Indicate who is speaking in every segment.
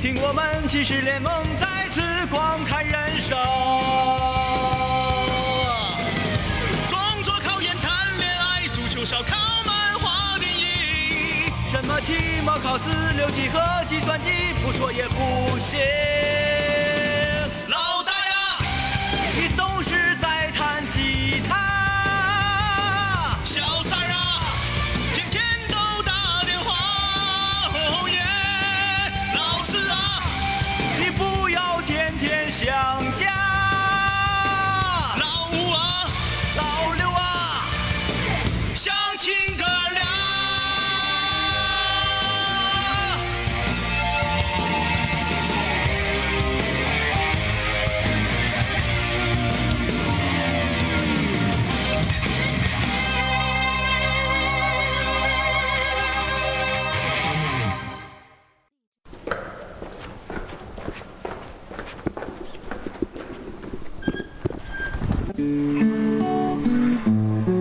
Speaker 1: 听我们骑士联盟再次光看人生。
Speaker 2: 工作、考研、谈恋爱、足球、烧烤、漫画、电影，
Speaker 1: 什么期末考试、六级和计算机，不说也不行。
Speaker 2: 老大呀，
Speaker 1: 你总是在弹吉他，
Speaker 2: 小三儿啊，天天都打电话，哦耶！老四啊，
Speaker 1: 你不要天天想家。
Speaker 2: 老五啊，
Speaker 1: 老六啊，
Speaker 2: 相亲哥俩。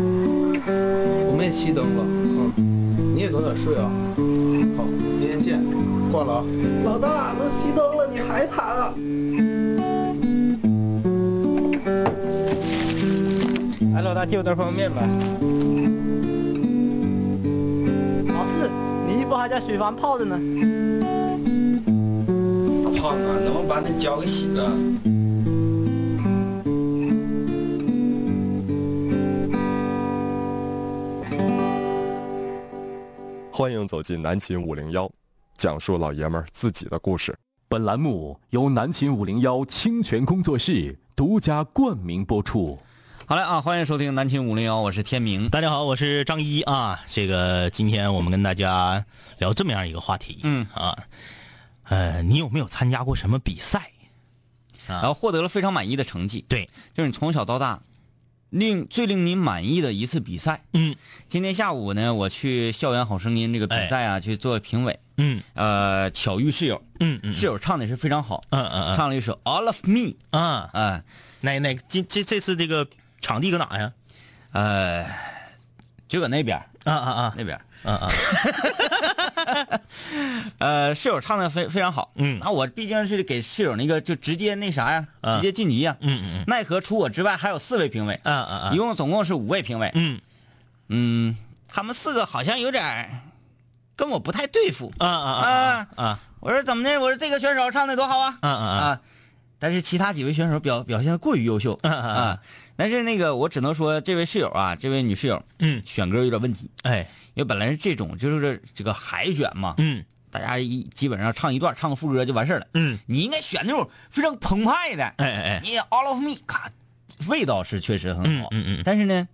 Speaker 3: 我们也熄灯了，嗯，你也早点睡啊。好，明天见，挂了啊。
Speaker 4: 老大，都熄灯了，你还弹啊？
Speaker 5: 哎，老大借我袋方便面呗。
Speaker 4: 老四，你衣服还在水房泡着呢。
Speaker 6: 胖啊，能不能把那脚给洗了？
Speaker 7: 欢迎走进南秦五零幺，讲述老爷们儿自己的故事。
Speaker 8: 本栏目由南秦五零幺清泉工作室独家冠名播出。
Speaker 9: 好嘞啊，欢迎收听南秦五零幺，我是天明。
Speaker 10: 大家好，我是张一啊。这个今天我们跟大家聊这么样一个话题，
Speaker 9: 嗯
Speaker 10: 啊，呃，你有没有参加过什么比赛？
Speaker 9: 然后获得了非常满意的成绩。
Speaker 10: 对，
Speaker 9: 就是你从小到大令最令你满意的一次比赛。
Speaker 10: 嗯
Speaker 9: 今天下午呢，我去《校园好声音》这个比赛啊，去做评委。
Speaker 10: 嗯
Speaker 9: 呃，巧遇室友，
Speaker 10: 哎嗯嗯
Speaker 9: 室友唱的是非常好，
Speaker 10: 嗯嗯
Speaker 9: 唱了一首《All of Me》。
Speaker 10: 嗯啊，
Speaker 9: 哎、
Speaker 10: 那那今这这次这个场地搁哪呀？
Speaker 9: 呃，就搁那边儿
Speaker 10: 啊啊啊，
Speaker 9: 那边儿。
Speaker 10: 嗯啊，
Speaker 9: 呃，室友唱的非非常好，
Speaker 10: 嗯
Speaker 9: 那我毕竟是给室友那个就直接那啥呀，
Speaker 10: 嗯
Speaker 9: 直接晋级呀，
Speaker 10: 嗯嗯
Speaker 9: 奈何除我之外还有四位评委，
Speaker 10: 嗯啊啊
Speaker 9: 一，共总共是五位评委，
Speaker 10: 嗯
Speaker 9: 嗯，他们四个好像有点儿跟我不太对付。
Speaker 10: 啊啊啊啊啊
Speaker 9: 我说怎么的？我说这个选手唱的多好啊
Speaker 10: 啊啊
Speaker 9: 啊！但是其他几位选手表表现的过于优秀
Speaker 10: 嗯嗯嗯
Speaker 9: 啊。但是那个我只能说这位室友啊，这位女室友
Speaker 10: 嗯，
Speaker 9: 选歌有点问题，
Speaker 10: 哎
Speaker 9: 因为本来是这种就是这个海选嘛，
Speaker 10: 嗯
Speaker 9: 大家一基本上唱一段，唱个副歌就完事儿了。
Speaker 10: 嗯，
Speaker 9: 你应该选那种非常澎湃的，
Speaker 10: 哎哎哎，
Speaker 9: 你 all of me，咔，味道是确实很
Speaker 10: 嗯
Speaker 9: 好，
Speaker 10: 嗯嗯，
Speaker 9: 但是呢，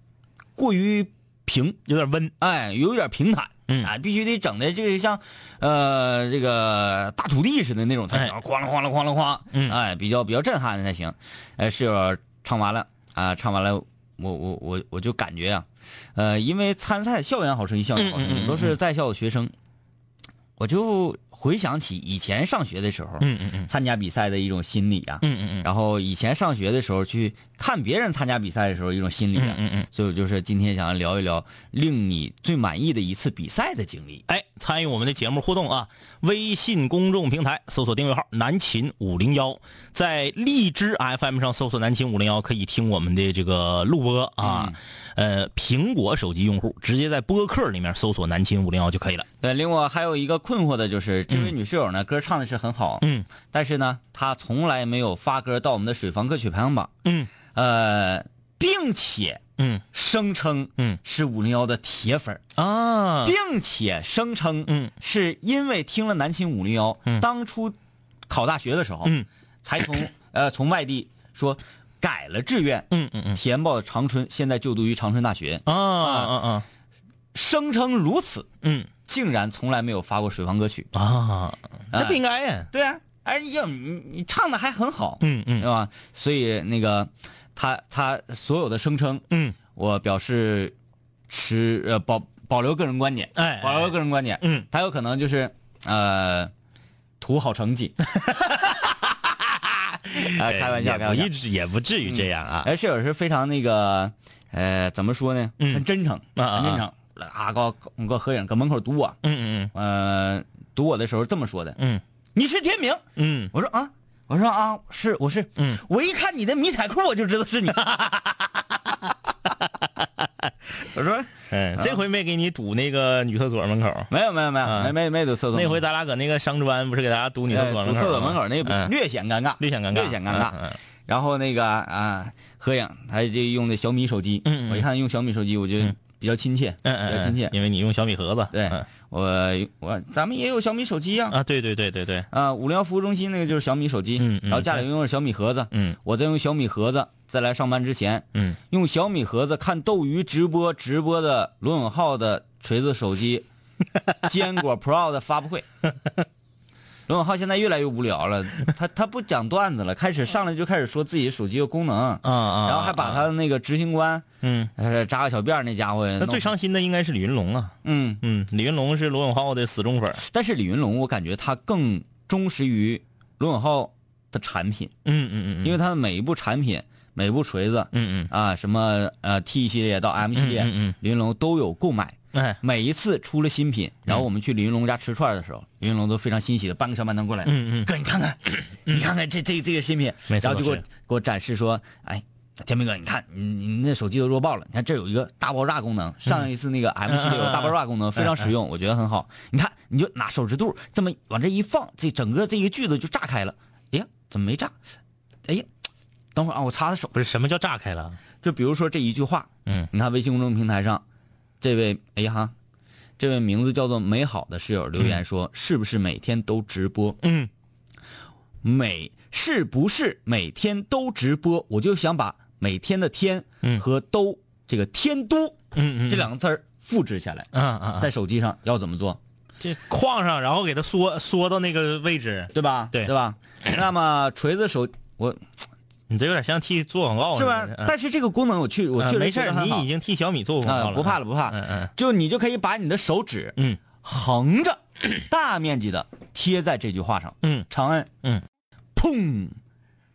Speaker 9: 过于平，
Speaker 10: 有点温，
Speaker 9: 哎，有点平坦，
Speaker 10: 嗯
Speaker 9: 啊，必须得整的这个像，呃，这个大土地似的那种才行，
Speaker 10: 哎
Speaker 9: 哐啷哐啷哐啷哐，
Speaker 10: 嗯
Speaker 9: 哎，比较比较震撼的才行。哎，室友唱完了啊，唱完了，我我我我就感觉呀、呃，因为参赛校园好声音、校园好声
Speaker 10: 嗯嗯嗯
Speaker 9: 音
Speaker 10: 嗯
Speaker 9: 都是在校的学生，我就回想起以前上学的时候，
Speaker 10: 嗯嗯嗯
Speaker 9: 参加比赛的一种心理啊，
Speaker 10: 嗯嗯嗯，
Speaker 9: 然后以前上学的时候去看别人参加比赛的时候一种心理啊，
Speaker 10: 嗯嗯嗯，
Speaker 9: 所以我就是今天想要聊一聊令你最满意的一次比赛的经历。
Speaker 10: 哎，参与我们的节目互动啊！微信公众平台搜索订阅号“南秦五零幺”，在荔枝 FM 上搜索“南秦五零幺”，可以听我们的这个录播啊。呃，苹果手机用户直接在播客里面搜索“南秦五零幺”就可以了。
Speaker 9: 对，另外还有一个困惑的就是，这位女室友呢，歌唱的是很好，
Speaker 10: 嗯
Speaker 9: 但是呢，她从来没有发歌到我们的水房歌曲排行榜，
Speaker 10: 嗯
Speaker 9: 呃，并且
Speaker 10: 嗯
Speaker 9: 声称
Speaker 10: 嗯
Speaker 9: 是五零幺的铁粉儿，
Speaker 10: 啊
Speaker 9: 并且声称
Speaker 10: 嗯
Speaker 9: 是因为听了南秦五零幺，
Speaker 10: 嗯
Speaker 9: 当初考大学的时候，
Speaker 10: 嗯
Speaker 9: 才从呃从外地说改了志愿，
Speaker 10: 嗯嗯嗯
Speaker 9: 填报长春，现在就读于长春大学，
Speaker 10: 啊啊啊
Speaker 9: 声称如此，
Speaker 10: 嗯
Speaker 9: 竟然从来没有发过水房歌曲。
Speaker 10: 啊，这不应该呀。
Speaker 9: 对啊，哎呀，你你唱的还很好，
Speaker 10: 嗯
Speaker 9: 对
Speaker 10: 嗯
Speaker 9: 吧？所以那个他他所有的声称，
Speaker 10: 嗯，
Speaker 9: 我表示持呃保保留个人观点，
Speaker 10: 哎
Speaker 9: 保留个人观点，
Speaker 10: 嗯，
Speaker 9: 他有可能就是呃图好成绩。 啊，开玩笑，开玩笑
Speaker 10: 哎也不。至也不至于这样啊。
Speaker 9: 哎，室友是非常那个，呃，怎么说呢？
Speaker 10: 嗯
Speaker 9: 很真诚，
Speaker 10: 啊啊
Speaker 9: 很真诚。啊，给我给我合影，搁门口堵我。
Speaker 10: 嗯嗯
Speaker 9: 呃，堵我的时候这么说的：
Speaker 10: 嗯
Speaker 9: 你是天明。
Speaker 2: 嗯，
Speaker 9: 我说啊，我说啊，是我是，
Speaker 2: 嗯，
Speaker 9: 我一看你的迷彩裤，我就知道是 你。我说
Speaker 2: 嗯，这回没给你堵那个女厕所门口。
Speaker 9: 没有没有没有
Speaker 10: 啊
Speaker 2: 嗯
Speaker 9: 没没没得厕所，
Speaker 2: 那回咱俩搁那个商专，不是给大家堵女厕所门
Speaker 9: 呃
Speaker 2: 口吗？
Speaker 9: 厕所门口那
Speaker 2: 嗯
Speaker 9: 不略显尴尬，
Speaker 2: 略显尴尬，
Speaker 9: 略显尴尬。
Speaker 2: 嗯
Speaker 9: 然后那个啊，合影，他就用的小米手机，
Speaker 2: 嗯嗯
Speaker 9: 我一看用小米手机，我就
Speaker 2: 嗯
Speaker 9: 比较亲切，
Speaker 2: 嗯
Speaker 9: 比较
Speaker 2: 嗯
Speaker 9: 亲切
Speaker 2: 嗯，。因为你用小米盒子。
Speaker 9: 对
Speaker 2: 嗯，
Speaker 9: 我我咱们也有小米手机呀、啊，
Speaker 2: 啊，对对对对对，
Speaker 9: 呃五零幺服务中心那个就是小米手机，
Speaker 2: 嗯嗯
Speaker 9: 然后家里用的小米盒子，
Speaker 2: 嗯
Speaker 9: 我再用小米盒子，再来上班之前，
Speaker 2: 嗯，
Speaker 9: 用小米盒子看斗鱼直播直播的罗永浩的锤子手机，坚果 Pro 的发 布会。罗永浩现在越来越无聊了，他他不讲段子了，开始上来就开始说自己手机的功能，
Speaker 2: 啊啊，
Speaker 9: 然后还把他的那个执行官
Speaker 2: 嗯，
Speaker 9: 呃扎个小辫儿那家伙弄，
Speaker 2: 那最伤心的应该是李云龙啊，
Speaker 9: 嗯，
Speaker 2: 嗯，李云龙是罗永浩的死忠粉儿，
Speaker 9: 但是李云龙我感觉他更忠实于罗永浩的产品，
Speaker 2: 嗯嗯嗯，为
Speaker 9: 因为他的每一部产品每一部锤子
Speaker 2: 嗯
Speaker 9: 啊什么呃 T 系列到 M 系列，
Speaker 2: 嗯嗯嗯
Speaker 9: 李云龙都有购买。
Speaker 2: 嗯，哎，
Speaker 9: 每一次出了新品，
Speaker 2: 嗯
Speaker 9: 然后我们去李云龙家吃串儿的时候，李云龙都非常欣喜的搬个小板凳过来，
Speaker 2: 嗯嗯嗯
Speaker 9: 哥你看看，你看看这这这个新品，
Speaker 2: 没错
Speaker 9: 然后就给我
Speaker 2: 是
Speaker 9: 给我展示说，哎，天明哥，你看你你那手机都弱爆了，你看这有一个大爆炸功能，
Speaker 2: 嗯
Speaker 9: 上一次那个 M 系列有大爆炸功能，非常实用，我觉得很好。你看你就拿手指肚这么往这一放，这整个这一个锯子就炸开了，哎呀，怎么没炸？哎呀，等会儿啊，我擦擦手。
Speaker 2: 不是什么叫炸开了？
Speaker 9: 就比如说这一句话，
Speaker 2: 嗯，
Speaker 9: 你看微信公众平台上，这位哎呀哈，这位名字叫做美好的室友留言说，是不是每天都直播？
Speaker 2: 嗯，
Speaker 9: 每是不是每天都直播？我就想把每天的天
Speaker 2: 嗯
Speaker 9: 和都、这个天都
Speaker 2: 嗯嗯，
Speaker 9: 这两个字儿复制下来，
Speaker 2: 嗯嗯，
Speaker 9: 在手机上要怎么做？
Speaker 2: 这框上，然后给它缩缩到那个位置，
Speaker 9: 对吧？
Speaker 2: 对
Speaker 9: 对吧？ 那么锤子手我
Speaker 2: 你这有点像替做广告
Speaker 9: 是吧？但是这个功能我去我
Speaker 2: 啊
Speaker 9: 去了
Speaker 2: 嗯没事
Speaker 9: 觉
Speaker 2: 儿
Speaker 9: 得，很好
Speaker 2: 你已经替小米做过广告
Speaker 9: 啊
Speaker 2: 了，
Speaker 9: 不怕了不怕，
Speaker 2: 嗯嗯
Speaker 9: 就你就可以把你的手指
Speaker 2: 嗯
Speaker 9: 横着 大面积的贴在这句话上，
Speaker 2: 嗯
Speaker 9: 长按，
Speaker 2: 嗯，
Speaker 9: 砰，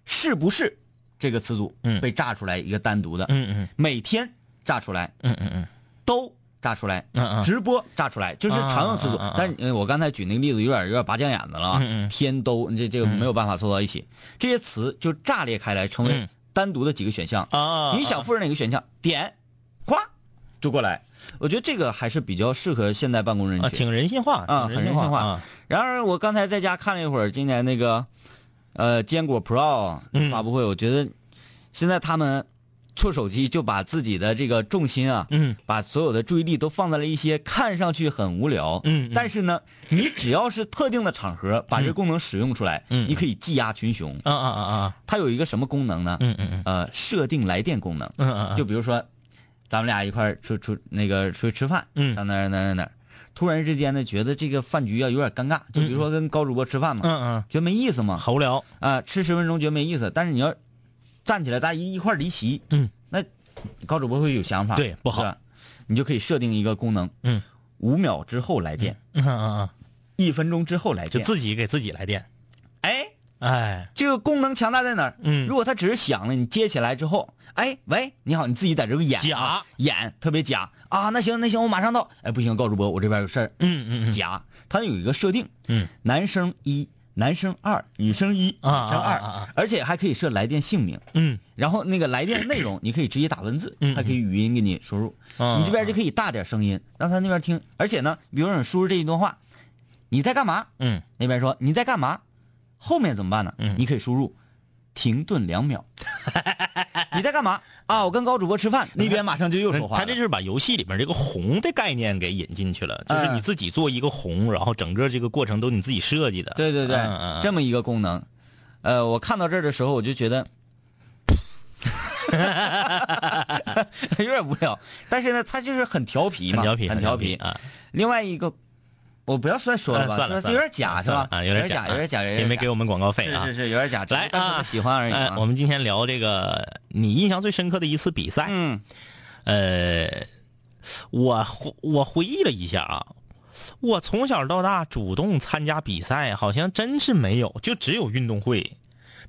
Speaker 9: 是不是这个词组
Speaker 2: 嗯
Speaker 9: 被炸出来一个单独的，
Speaker 2: 嗯嗯
Speaker 9: 每天炸出来，
Speaker 2: 嗯嗯嗯
Speaker 9: 都炸出来，
Speaker 2: 嗯嗯
Speaker 9: 直播炸出来，就是常用词组
Speaker 2: 啊啊啊啊。
Speaker 9: 但是呃我刚才举那个例子有点有点拔将眼子了啊
Speaker 2: 嗯嗯，嗯
Speaker 9: 天都这这个没有办法凑到一起，这些词就炸裂开来成为
Speaker 2: 嗯
Speaker 9: 单独的几个选项。
Speaker 2: 啊，
Speaker 9: 你想复制哪个选项，点，咵就过来。我觉得这个还是比较适合现代办公人
Speaker 2: 啊，
Speaker 9: 群。
Speaker 2: 挺人性化
Speaker 9: 啊，
Speaker 2: 挺
Speaker 9: 很人
Speaker 2: 性
Speaker 9: 性化。
Speaker 2: 啊
Speaker 9: 然而我刚才在家看了一会儿今年那个，呃，坚果 Pro
Speaker 2: 嗯
Speaker 9: 发布会，我觉得现在他们做手机就把自己的这个重心啊，
Speaker 2: 嗯，
Speaker 9: 把所有的注意力都放在了一些看上去很无聊，
Speaker 2: 嗯嗯
Speaker 9: 但是呢，你只要是特定的场合把这功能使用出来，
Speaker 2: 嗯
Speaker 9: 你可以技压群雄。
Speaker 2: 啊啊啊啊，
Speaker 9: 它有一个什么功能呢？
Speaker 2: 嗯嗯嗯
Speaker 9: 呃，设定来电功能。
Speaker 2: 嗯嗯，
Speaker 9: 就比如说，咱们俩一块儿出出那个出去吃饭，
Speaker 2: 嗯
Speaker 9: 上哪儿哪儿哪儿哪儿，突然之间呢，觉得这个饭局啊有点尴尬，就比如说跟高主播吃饭嘛，
Speaker 2: 嗯
Speaker 9: 觉得没意思
Speaker 2: 嗯，
Speaker 9: 嘛，
Speaker 2: 好无聊，
Speaker 9: 啊、吃十分钟觉得没意思，但是你要站起来，大家一一块儿离席，
Speaker 2: 嗯，
Speaker 9: 那高主播会有想法，
Speaker 2: 对不好
Speaker 9: 是吧，你就可以设定一个功能，
Speaker 2: 嗯，
Speaker 9: 五秒之后来电，
Speaker 2: 嗯嗯嗯，
Speaker 9: 一分钟之后来
Speaker 2: 就
Speaker 9: 电，
Speaker 2: 自己给自己来电，
Speaker 9: 哎，
Speaker 2: 哎，
Speaker 9: 这个功能强大在哪儿？
Speaker 2: 嗯
Speaker 9: 如果它只是响了，你接起来之后，哎，喂，你好，你自己在这个演啊
Speaker 2: 假，
Speaker 9: 演特别假啊！那行那行，我马上到。哎，不行，高主播，我这边有事儿。
Speaker 2: 嗯嗯嗯，
Speaker 9: 假，它有一个设定，
Speaker 2: 嗯，
Speaker 9: 男生一，男生二，女生一，
Speaker 2: 啊
Speaker 9: 女生二，
Speaker 2: 啊啊啊
Speaker 9: 而且还可以设来电姓名，
Speaker 2: 嗯
Speaker 9: 然后那个来电内容你可以直接打文字，
Speaker 2: 嗯
Speaker 9: 还可以语音给你输入，
Speaker 2: 啊
Speaker 9: 你这边就可以大点声音，让他那边听。而且呢，比如说你输入这一段话，你在干嘛？
Speaker 2: 嗯，
Speaker 9: 那边说你在干嘛？后面怎么办呢？
Speaker 2: 嗯
Speaker 9: 你可以输入停顿两秒。 你在干嘛啊？我跟高主播吃饭，那边马上就又说话了。
Speaker 2: 他这就是把游戏里面这个红的概念给引进去了，就是你自己做一个红，然后整个这个过程都你自己设计的。
Speaker 9: 对对对，
Speaker 2: 嗯嗯
Speaker 9: 这么一个功能。呃，我看到这儿的时候，我就觉 得有点无聊，但是呢，它就是很调皮
Speaker 2: 很
Speaker 9: 嘛，
Speaker 2: 调皮，
Speaker 9: 很
Speaker 2: 调
Speaker 9: 皮。
Speaker 2: 啊！
Speaker 9: 另外一个，我不要再说了吧，
Speaker 2: 算了，
Speaker 9: 有点假是吧？
Speaker 2: 啊，
Speaker 9: 有
Speaker 2: 点
Speaker 9: 假，有点假，有点假
Speaker 2: 也没给我们广告费
Speaker 9: 是
Speaker 2: 啊。
Speaker 9: 是是，有点假，只
Speaker 2: 来
Speaker 9: 是单纯
Speaker 2: 啊
Speaker 9: 的喜欢而已啊。
Speaker 2: 哎，我们今天聊这个你印象最深刻的一次比赛。
Speaker 9: 嗯
Speaker 2: 呃，我回我回忆了一下啊，我从小到大主动参加比赛好像真是没有，就只有运动会。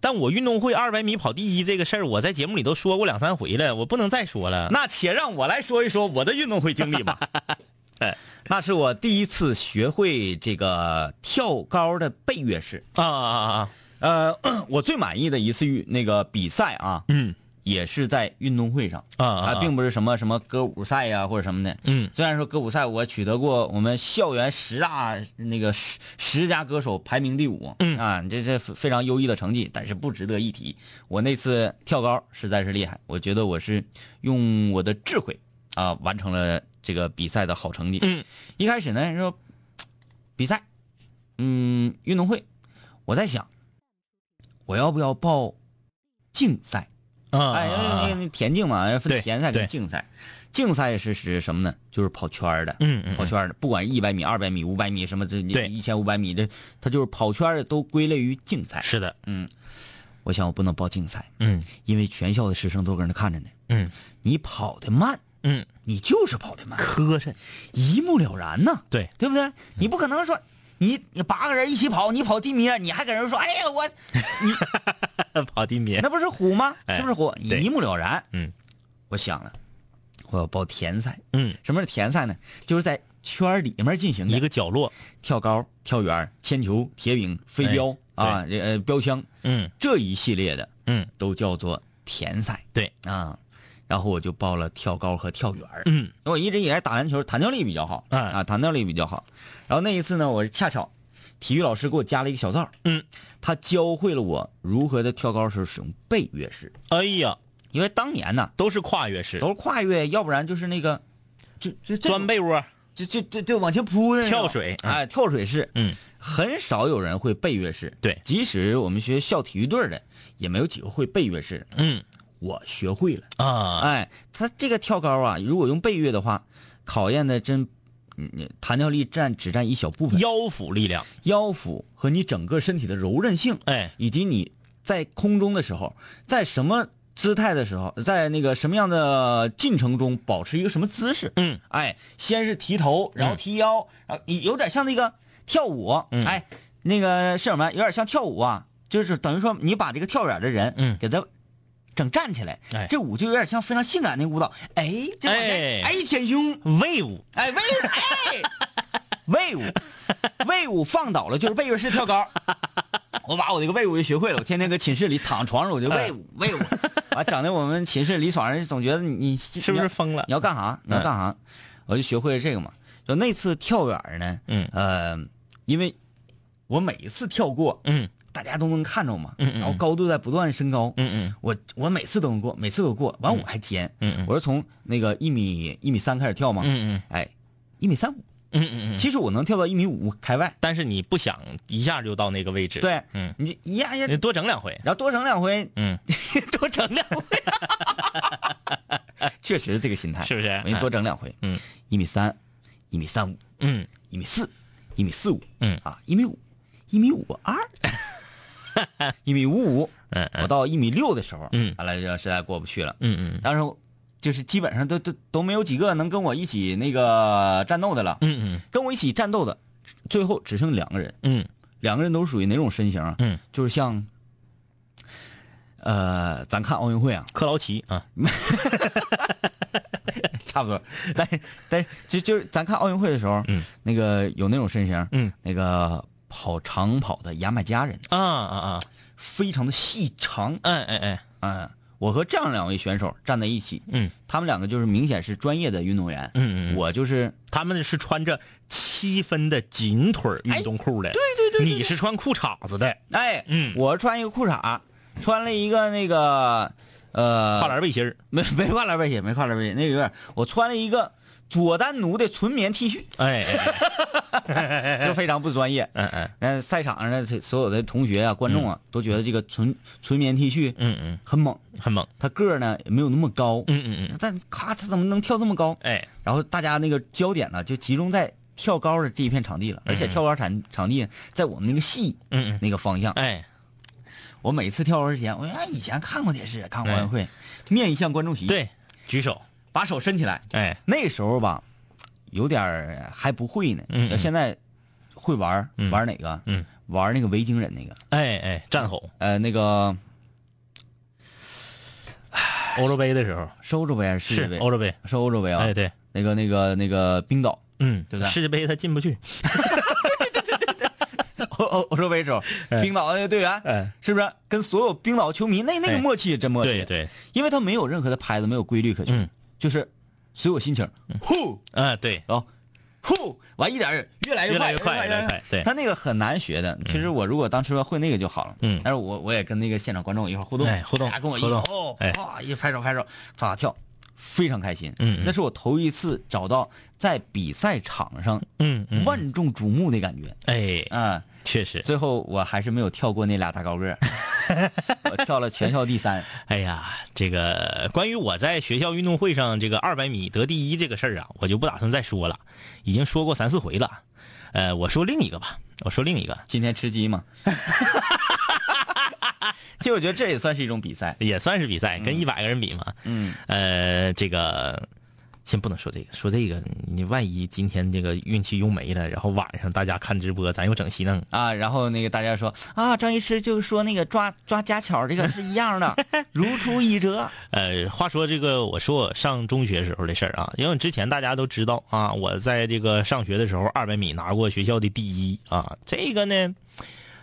Speaker 2: 但我运动会二百米跑第一这个事儿，我在节目里都说过两三回了，我不能再说了。
Speaker 9: 那且让我来说一说我的运动会经历吧。
Speaker 10: 哎，
Speaker 9: 那是我第一次学会这个跳高的背跃式。
Speaker 10: 啊啊啊！
Speaker 9: 呃， 我最满意的一次运那个比赛啊，
Speaker 10: 嗯，
Speaker 9: 也是在运动会上
Speaker 10: 啊啊啊
Speaker 9: 并不是什么什么歌舞赛呀、或者什么的。
Speaker 10: 嗯
Speaker 9: 虽然说歌舞赛我取得过我们校园十大那个十十佳歌手排名第五，
Speaker 10: 嗯
Speaker 9: 啊，这是非常优异的成绩，但是不值得一提。我那次跳高实在是厉害，我觉得我是用我的智慧啊完成了这个比赛的好成绩。
Speaker 10: 嗯，
Speaker 9: 一开始呢说比赛，嗯，运动会，我在想我要不要报竞赛？
Speaker 10: 啊！
Speaker 9: 哎，那个那个田径嘛，哎分
Speaker 10: 对
Speaker 9: 田赛
Speaker 10: 对
Speaker 9: 跟竞赛。竞赛是指什么呢？就是跑圈儿的，
Speaker 10: 嗯嗯
Speaker 9: 跑圈儿的，不管一百米、二百米、五百米什么，这
Speaker 10: 对
Speaker 9: 一千五百米，这它就是跑圈儿的都归类于竞赛。
Speaker 10: 是的，
Speaker 9: 我想我不能报竞赛，
Speaker 10: 嗯
Speaker 9: 因为全校的师生都搁那看着呢。
Speaker 10: 嗯
Speaker 9: 你跑得慢，
Speaker 10: 嗯，
Speaker 9: 你就是跑得慢，
Speaker 10: 磕碜，
Speaker 9: 一目了然呐，
Speaker 10: 对
Speaker 9: 对不对？你不可能说。你你八个人一起跑，你跑地米，你还搁那说，哎呀我
Speaker 10: 跑地面
Speaker 9: 那不是虎吗？
Speaker 10: 哎
Speaker 9: 是不是虎？
Speaker 10: 对
Speaker 9: 一目了然。
Speaker 10: 嗯，
Speaker 9: 我想了，我要报田赛。
Speaker 10: 嗯，
Speaker 9: 什么是田赛呢？就是在圈儿里面进行的，
Speaker 10: 一个角落，
Speaker 9: 跳高、跳远、铅球、铁饼、飞镖、
Speaker 10: 哎
Speaker 9: 啊，这呃标枪
Speaker 10: 嗯
Speaker 9: 这一系列的
Speaker 10: 嗯
Speaker 9: 都叫做田赛。
Speaker 10: 对
Speaker 9: 啊，然后我就报了跳高和跳远。
Speaker 10: 嗯
Speaker 9: 我一直以来打篮球弹跳力比较好，
Speaker 10: 哎
Speaker 9: 啊，弹跳力比较好。然后那一次呢，我恰巧体育老师给我加了一个小道，
Speaker 10: 嗯，
Speaker 9: 他教会了我如何在跳高时候使用背跃式，
Speaker 10: 哎呀，
Speaker 9: 因为当年呢
Speaker 10: 都是跨越式
Speaker 9: 都，是跨越，要不然就是那个，就就这
Speaker 10: 钻被窝，
Speaker 9: 就就就就往前扑的那种
Speaker 10: 跳水嗯
Speaker 9: 哎，跳水式，
Speaker 10: 嗯，
Speaker 9: 很少有人会背跃式，
Speaker 10: 对
Speaker 9: 即使我们学校体育队的，也没有几个会背跃式，
Speaker 10: 嗯
Speaker 9: 我学会了。
Speaker 10: 啊，
Speaker 9: 哎，他这个跳高啊，如果用背跃的话，考验的真，嗯，弹跳力占只占一小部分，
Speaker 10: 腰腹力量，
Speaker 9: 腰腹和你整个身体的柔韧性，
Speaker 10: 哎，
Speaker 9: 以及你在空中的时候，在什么姿态的时候，在那个什么样的进程中保持一个什么姿势，
Speaker 10: 嗯，
Speaker 9: 哎，先是提头，然后提腰，然后有点像那个跳舞，
Speaker 10: 嗯
Speaker 9: 哎，那个室友们有点像跳舞啊，就是等于说你把这个跳远的人，
Speaker 10: 嗯
Speaker 9: 给他。整站起来，
Speaker 10: 哎
Speaker 9: 这舞就有点像非常性感那舞蹈，哎，这往前
Speaker 10: 哎
Speaker 9: 哎，舔胸，
Speaker 10: 威武，
Speaker 9: 哎，威武， 哎，威武，威武放倒了就是背越式跳高。我把我这个威武就学会了，我天天搁寝室里躺床上，我就
Speaker 10: 嗯
Speaker 9: 威武威武，啊，整的我们寝室李爽人总觉得你你
Speaker 10: 是
Speaker 9: 是
Speaker 10: 不是疯了
Speaker 9: 你？要干啥？你要
Speaker 10: 嗯
Speaker 9: 干啥？我就学会了这个嘛。就那次跳远儿呢，
Speaker 10: 嗯
Speaker 9: 呃，因为我每一次跳过，
Speaker 10: 嗯
Speaker 9: 大家都能看着嘛，
Speaker 10: 嗯嗯
Speaker 9: 然后高度在不断升高，
Speaker 10: 嗯嗯
Speaker 9: 我我每次都能过，每次都过，完我还尖，
Speaker 10: 嗯嗯
Speaker 9: 我是从那个一米一米三开始跳嘛，
Speaker 10: 嗯嗯
Speaker 9: 哎，一米三五，
Speaker 10: 嗯嗯嗯，
Speaker 9: 其实我能跳到一米五开外，
Speaker 10: 但是你不想一下就到那个位置，，
Speaker 9: 对，
Speaker 10: 嗯，
Speaker 9: 你一呀呀，
Speaker 10: 你多整两回，
Speaker 9: 然后多整两回，
Speaker 10: 嗯，
Speaker 9: 多整两回， 确实是这个心态，
Speaker 10: 是不是
Speaker 9: 我给你多整两回，
Speaker 10: 哎嗯，
Speaker 9: 一米三，一米三五，
Speaker 10: 嗯
Speaker 9: 一米四，一米四五，
Speaker 10: 嗯
Speaker 9: 啊，一米五，一米五二，一米五五，
Speaker 10: 嗯
Speaker 9: 我到一米六的时候，
Speaker 10: 嗯
Speaker 9: 完了就实在过不去了，
Speaker 10: 嗯嗯
Speaker 9: 当时就是基本上都都都没有几个能跟我一起那个战斗的了，
Speaker 10: 嗯
Speaker 9: 跟我一起战斗的，最后只剩两个人，
Speaker 10: 嗯
Speaker 9: 两个人都是属于哪种身形啊？
Speaker 10: 嗯，
Speaker 9: 就是像，呃，咱看奥运会啊，
Speaker 10: 克劳奇啊，
Speaker 9: 差不多，但是但是就就是咱看奥运会的时候，
Speaker 10: 嗯，
Speaker 9: 那个有那种身形，
Speaker 10: 嗯，
Speaker 9: 那个跑长跑的牙买加人，
Speaker 10: 啊啊啊，
Speaker 9: 非常的细长，
Speaker 10: 哎哎哎，
Speaker 9: 嗯，我和这样两位选手站在一起，
Speaker 10: 嗯，
Speaker 9: 他们两个就是明显是专业的运动员，
Speaker 10: 嗯嗯嗯
Speaker 9: 我就是
Speaker 10: 他们是穿着七分的紧腿运动裤哎的，对对对，你是穿裤衩子的，
Speaker 9: 哎，
Speaker 10: 嗯
Speaker 9: 我穿一个裤衩，穿了一个那个呃，
Speaker 10: 跨栏背心儿，
Speaker 9: 没没跨栏背心，没跨栏背心，那个有点，我穿了一个佐丹奴的纯棉 T 恤，
Speaker 10: 哎哎哎
Speaker 9: 就非常不专业。
Speaker 10: 嗯嗯
Speaker 9: 但是赛场上的所有的同学啊、观众啊，都觉得这个纯纯棉 T 恤
Speaker 10: 嗯嗯
Speaker 9: 很猛，
Speaker 10: 很猛，
Speaker 9: 他个儿呢也没有那么高，
Speaker 10: 嗯嗯嗯，
Speaker 9: 但咔，他怎么能跳这么高？
Speaker 10: 哎，
Speaker 9: 然后大家那个焦点呢就集中在跳高的这一片场地了，而且跳高场场地在我们那个系
Speaker 10: 嗯嗯嗯，
Speaker 9: 那个方向。
Speaker 10: 哎，
Speaker 9: 我每次跳高之前，我说哎以前看过电视，看过奥运会，面向观众席，，
Speaker 10: 对，举手，
Speaker 9: 把手伸起来。
Speaker 10: 哎，
Speaker 9: 那时候吧，有点儿还不会呢。
Speaker 10: 嗯嗯
Speaker 9: 现在会玩儿
Speaker 10: 嗯
Speaker 9: 玩哪个？
Speaker 10: 嗯，
Speaker 9: 玩那个维京人那个，
Speaker 10: 哎哎，战吼，
Speaker 9: 呃，那个
Speaker 10: 欧洲杯的时候
Speaker 9: 是欧洲杯还是世界
Speaker 10: 是
Speaker 9: 杯？
Speaker 10: 欧洲杯，
Speaker 9: 是欧洲杯啊。
Speaker 10: 哎对，
Speaker 9: 那个那个那个冰岛，
Speaker 2: 嗯，
Speaker 9: 对不对
Speaker 2: 世界杯他进不去，
Speaker 9: 欧欧欧洲杯时候，冰岛的那个队员
Speaker 2: 哎
Speaker 9: 是不是跟所有冰岛球迷那那个
Speaker 2: 哎
Speaker 9: 默契真默契？
Speaker 2: 对对，
Speaker 9: 因为他没有任何的拍子，没有规律可循
Speaker 2: 嗯，
Speaker 9: 就是随我心情，呼
Speaker 2: 嗯，对，
Speaker 9: 啊，呼，完一点儿越来
Speaker 2: 越来
Speaker 9: 快，
Speaker 2: 越快，越来越快，对，
Speaker 9: 他那个很难学的，其实我如果当时会那个就好了。
Speaker 2: 嗯
Speaker 9: 但是我我也跟那个现场观众一块儿互动，
Speaker 2: 哎互动
Speaker 9: 大家跟我一
Speaker 2: 互动
Speaker 9: 哦
Speaker 2: 哎，
Speaker 9: 哇，一拍手拍手，唰跳，非常开心。
Speaker 2: 嗯嗯
Speaker 9: 那是我头一次找到在比赛场上
Speaker 2: 嗯嗯，
Speaker 9: 万众瞩目的感觉
Speaker 2: 哎，
Speaker 9: 啊！
Speaker 2: 确实，
Speaker 9: 最后我还是没有跳过那俩大高个 儿，我跳了全校第三。
Speaker 2: 哎呀，这个关于我在学校运动会上这个二百米得第一这个事儿啊，我就不打算再说了，已经说过三四回了。呃，我说另一个吧，我说另一个
Speaker 9: 今天吃鸡 嘛，其实我觉得这也算是一种比赛。
Speaker 2: 也算是比赛，跟一百个人比嘛。
Speaker 9: 嗯，
Speaker 2: 呃，这个先不能说这个，说这个你万一今天这个运气用没了，然后晚上大家看直播，咱又整稀弄。
Speaker 9: 啊，然后那个大家说啊，张医师就说那个抓抓家巧这个是一样 的，如出一辙。
Speaker 2: 呃，话说这个，我说我上中学时候的事儿啊，因为之前大家都知道啊，我在这个上学的时候，二百米拿过学校的第一啊。这个呢，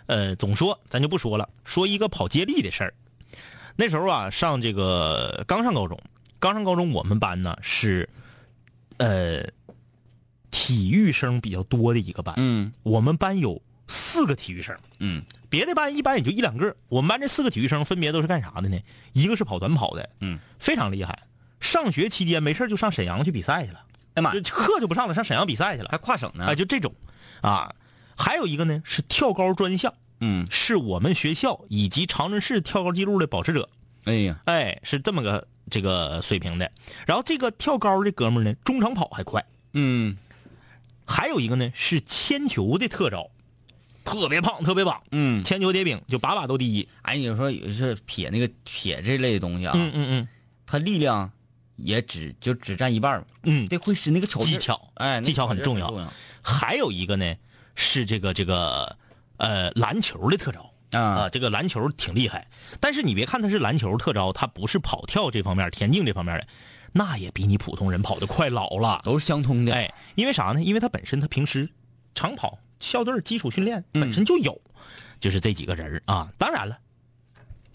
Speaker 2: 呃，总说咱就不说了，说一个跑接力的事儿。那时候啊，上这个刚上高中，刚上高中，我们班呢是，呃，体育生比较多的一个班。
Speaker 9: 嗯
Speaker 2: 我们班有四个体育生，
Speaker 9: 嗯
Speaker 2: 别的班一般也就一两个。我们班这四个体育生分别都是干啥的呢？一个是跑短跑的，
Speaker 9: 嗯，
Speaker 2: 非常厉害。上学期间没事儿就上沈阳去比赛去了，
Speaker 9: 哎妈
Speaker 2: 就，课就不上了，上沈阳比赛去了
Speaker 9: 还。跨省呢
Speaker 2: 啊，。就这种，啊，还有一个呢是跳高专项，
Speaker 9: 嗯，
Speaker 2: 是我们学校以及长春市跳高纪录的保持者。
Speaker 9: 哎呀，
Speaker 2: 哎，是这么个这个水平的。然后这个跳高这哥们儿呢，中长跑还快。
Speaker 9: 嗯
Speaker 2: 还有一个呢是铅球的特招，特别胖，特别棒。
Speaker 9: 嗯，
Speaker 2: 铅球叠饼就把把都第一。
Speaker 9: 哎，你说有是撇那个撇这类的东西啊，
Speaker 2: 嗯嗯
Speaker 9: 它力量也只就只占一半儿，
Speaker 2: 嗯嗯。
Speaker 9: 得会使那个巧劲
Speaker 2: 技
Speaker 9: 儿，
Speaker 2: 巧，
Speaker 9: 哎，那
Speaker 2: 技巧很
Speaker 9: 劲儿
Speaker 2: 重要。还有一个呢是这个这个呃篮球的特招。啊，
Speaker 9: 啊。
Speaker 2: 这个篮球挺厉害，但是你别看他是篮球特招，他不是跑跳这方面、田径这方面的，那也比你普通人跑得快老了。
Speaker 9: 都是相通的，
Speaker 2: 哎，因为啥呢？因为他本身他平时长跑、校队基础训练本身就有，就是这几个人儿啊。当然了，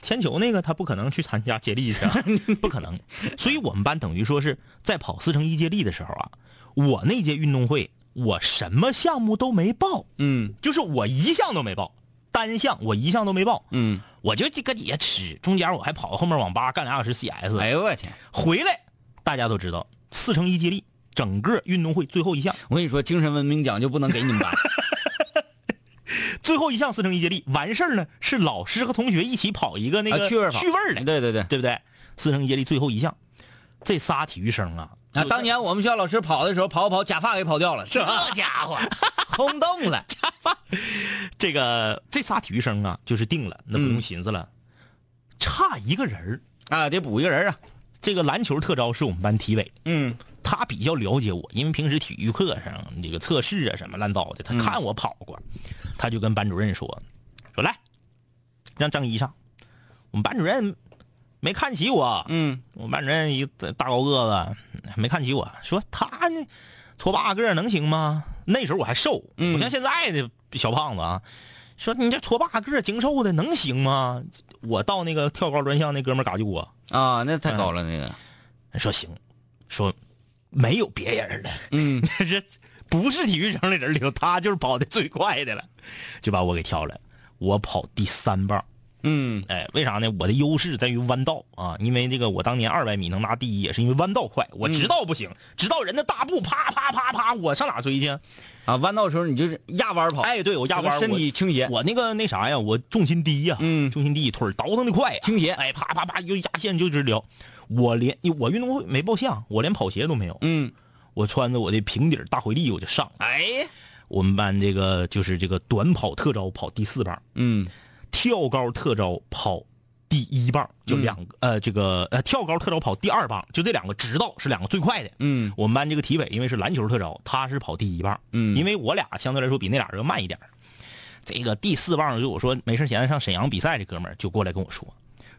Speaker 2: 铅球那个他不可能去参加接力去啊，不可能。所以我们班等于说是在跑四乘一接力的时候啊，我那届运动会我什么项目都没报，
Speaker 9: 嗯
Speaker 2: 就是我一项都没报，单项我一项都没报。
Speaker 9: 嗯，
Speaker 2: 我就搁底下吃，中间我还跑后面网吧干俩小时 CS，
Speaker 9: 哎呦我天！
Speaker 2: 回来大家都知道四乘一接力，整个运动会最后一项，
Speaker 9: 我跟你说，精神文明奖就不能给你们 班，
Speaker 2: 最后一项四乘一接力完事儿呢，是老师和同学一起跑一个那个
Speaker 9: 啊趣味儿跑
Speaker 2: 趣味儿的，
Speaker 9: 对对对。
Speaker 2: 对不对？四乘一接力最后一项，这仨体育生啊，
Speaker 9: 啊，当年我们学校老师跑的时候，跑跑假发给跑掉了，这家 伙轰动了。
Speaker 2: 这个这仨体育生啊，就是定了，那不用寻思了，
Speaker 9: 嗯
Speaker 2: 差一个人儿
Speaker 9: 啊，得补一个人啊。
Speaker 2: 这个篮球特招是我们班体委，
Speaker 9: 嗯，
Speaker 2: 他比较了解我，因为平时体育课上这个测试啊什么乱糟的，
Speaker 9: 嗯
Speaker 2: 他看我跑过，他就跟班主任说：“说来，让张一上。”我们班主任没看起我，
Speaker 9: 嗯，
Speaker 2: 我们班主任一个大高个子，没看起我，说他呢，搓八个儿能行吗？那时候我还瘦，
Speaker 9: 嗯
Speaker 2: 不像现在的小胖子啊。说你这搓八个儿精瘦的能行吗？我到那个跳高专项那哥们儿嘎就我，
Speaker 9: 啊，那太高了那个。
Speaker 2: 说行，说没有别人了。
Speaker 9: 嗯，
Speaker 2: 这不是体育生的人里头，他就是跑的最快的了，就把我给挑了。我跑第三棒，
Speaker 9: 嗯，
Speaker 2: 哎，为啥呢？我的优势在于弯道啊，因为这个我当年二百米能拿第一，也是因为弯道快。我直道不行，直道人的大步啪啪啪啪，我上哪追去？
Speaker 9: 啊，弯道的时候你就是压弯跑，
Speaker 2: 哎，对我压弯，
Speaker 9: 身体倾斜
Speaker 2: 我，我那个那啥呀，我重心低呀，
Speaker 9: 嗯
Speaker 2: 重心低，腿儿倒腾的快呀，
Speaker 9: 倾斜
Speaker 2: 哎，啪啪啪，就压线就直撩。我连我运动会没报项，我连跑鞋都没有，
Speaker 9: 嗯，
Speaker 2: 我穿着我的平底儿大回力我就上了。
Speaker 9: 哎，
Speaker 2: 我们班这个就是这个短跑特招跑第四棒，
Speaker 9: 嗯
Speaker 2: 跳高特招跑第一棒，就两个、
Speaker 9: 嗯
Speaker 2: 呃这个呃跳高特招跑第二棒，就这两个直道是两个最快的。
Speaker 9: 嗯
Speaker 2: 我们班这个体委因为是篮球特招，他是跑第一棒，
Speaker 9: 嗯
Speaker 2: 因为我俩相对来说比那俩人要慢一点儿。这个第四棒就我说没事闲着上沈阳比赛，这哥们儿就过来跟我说，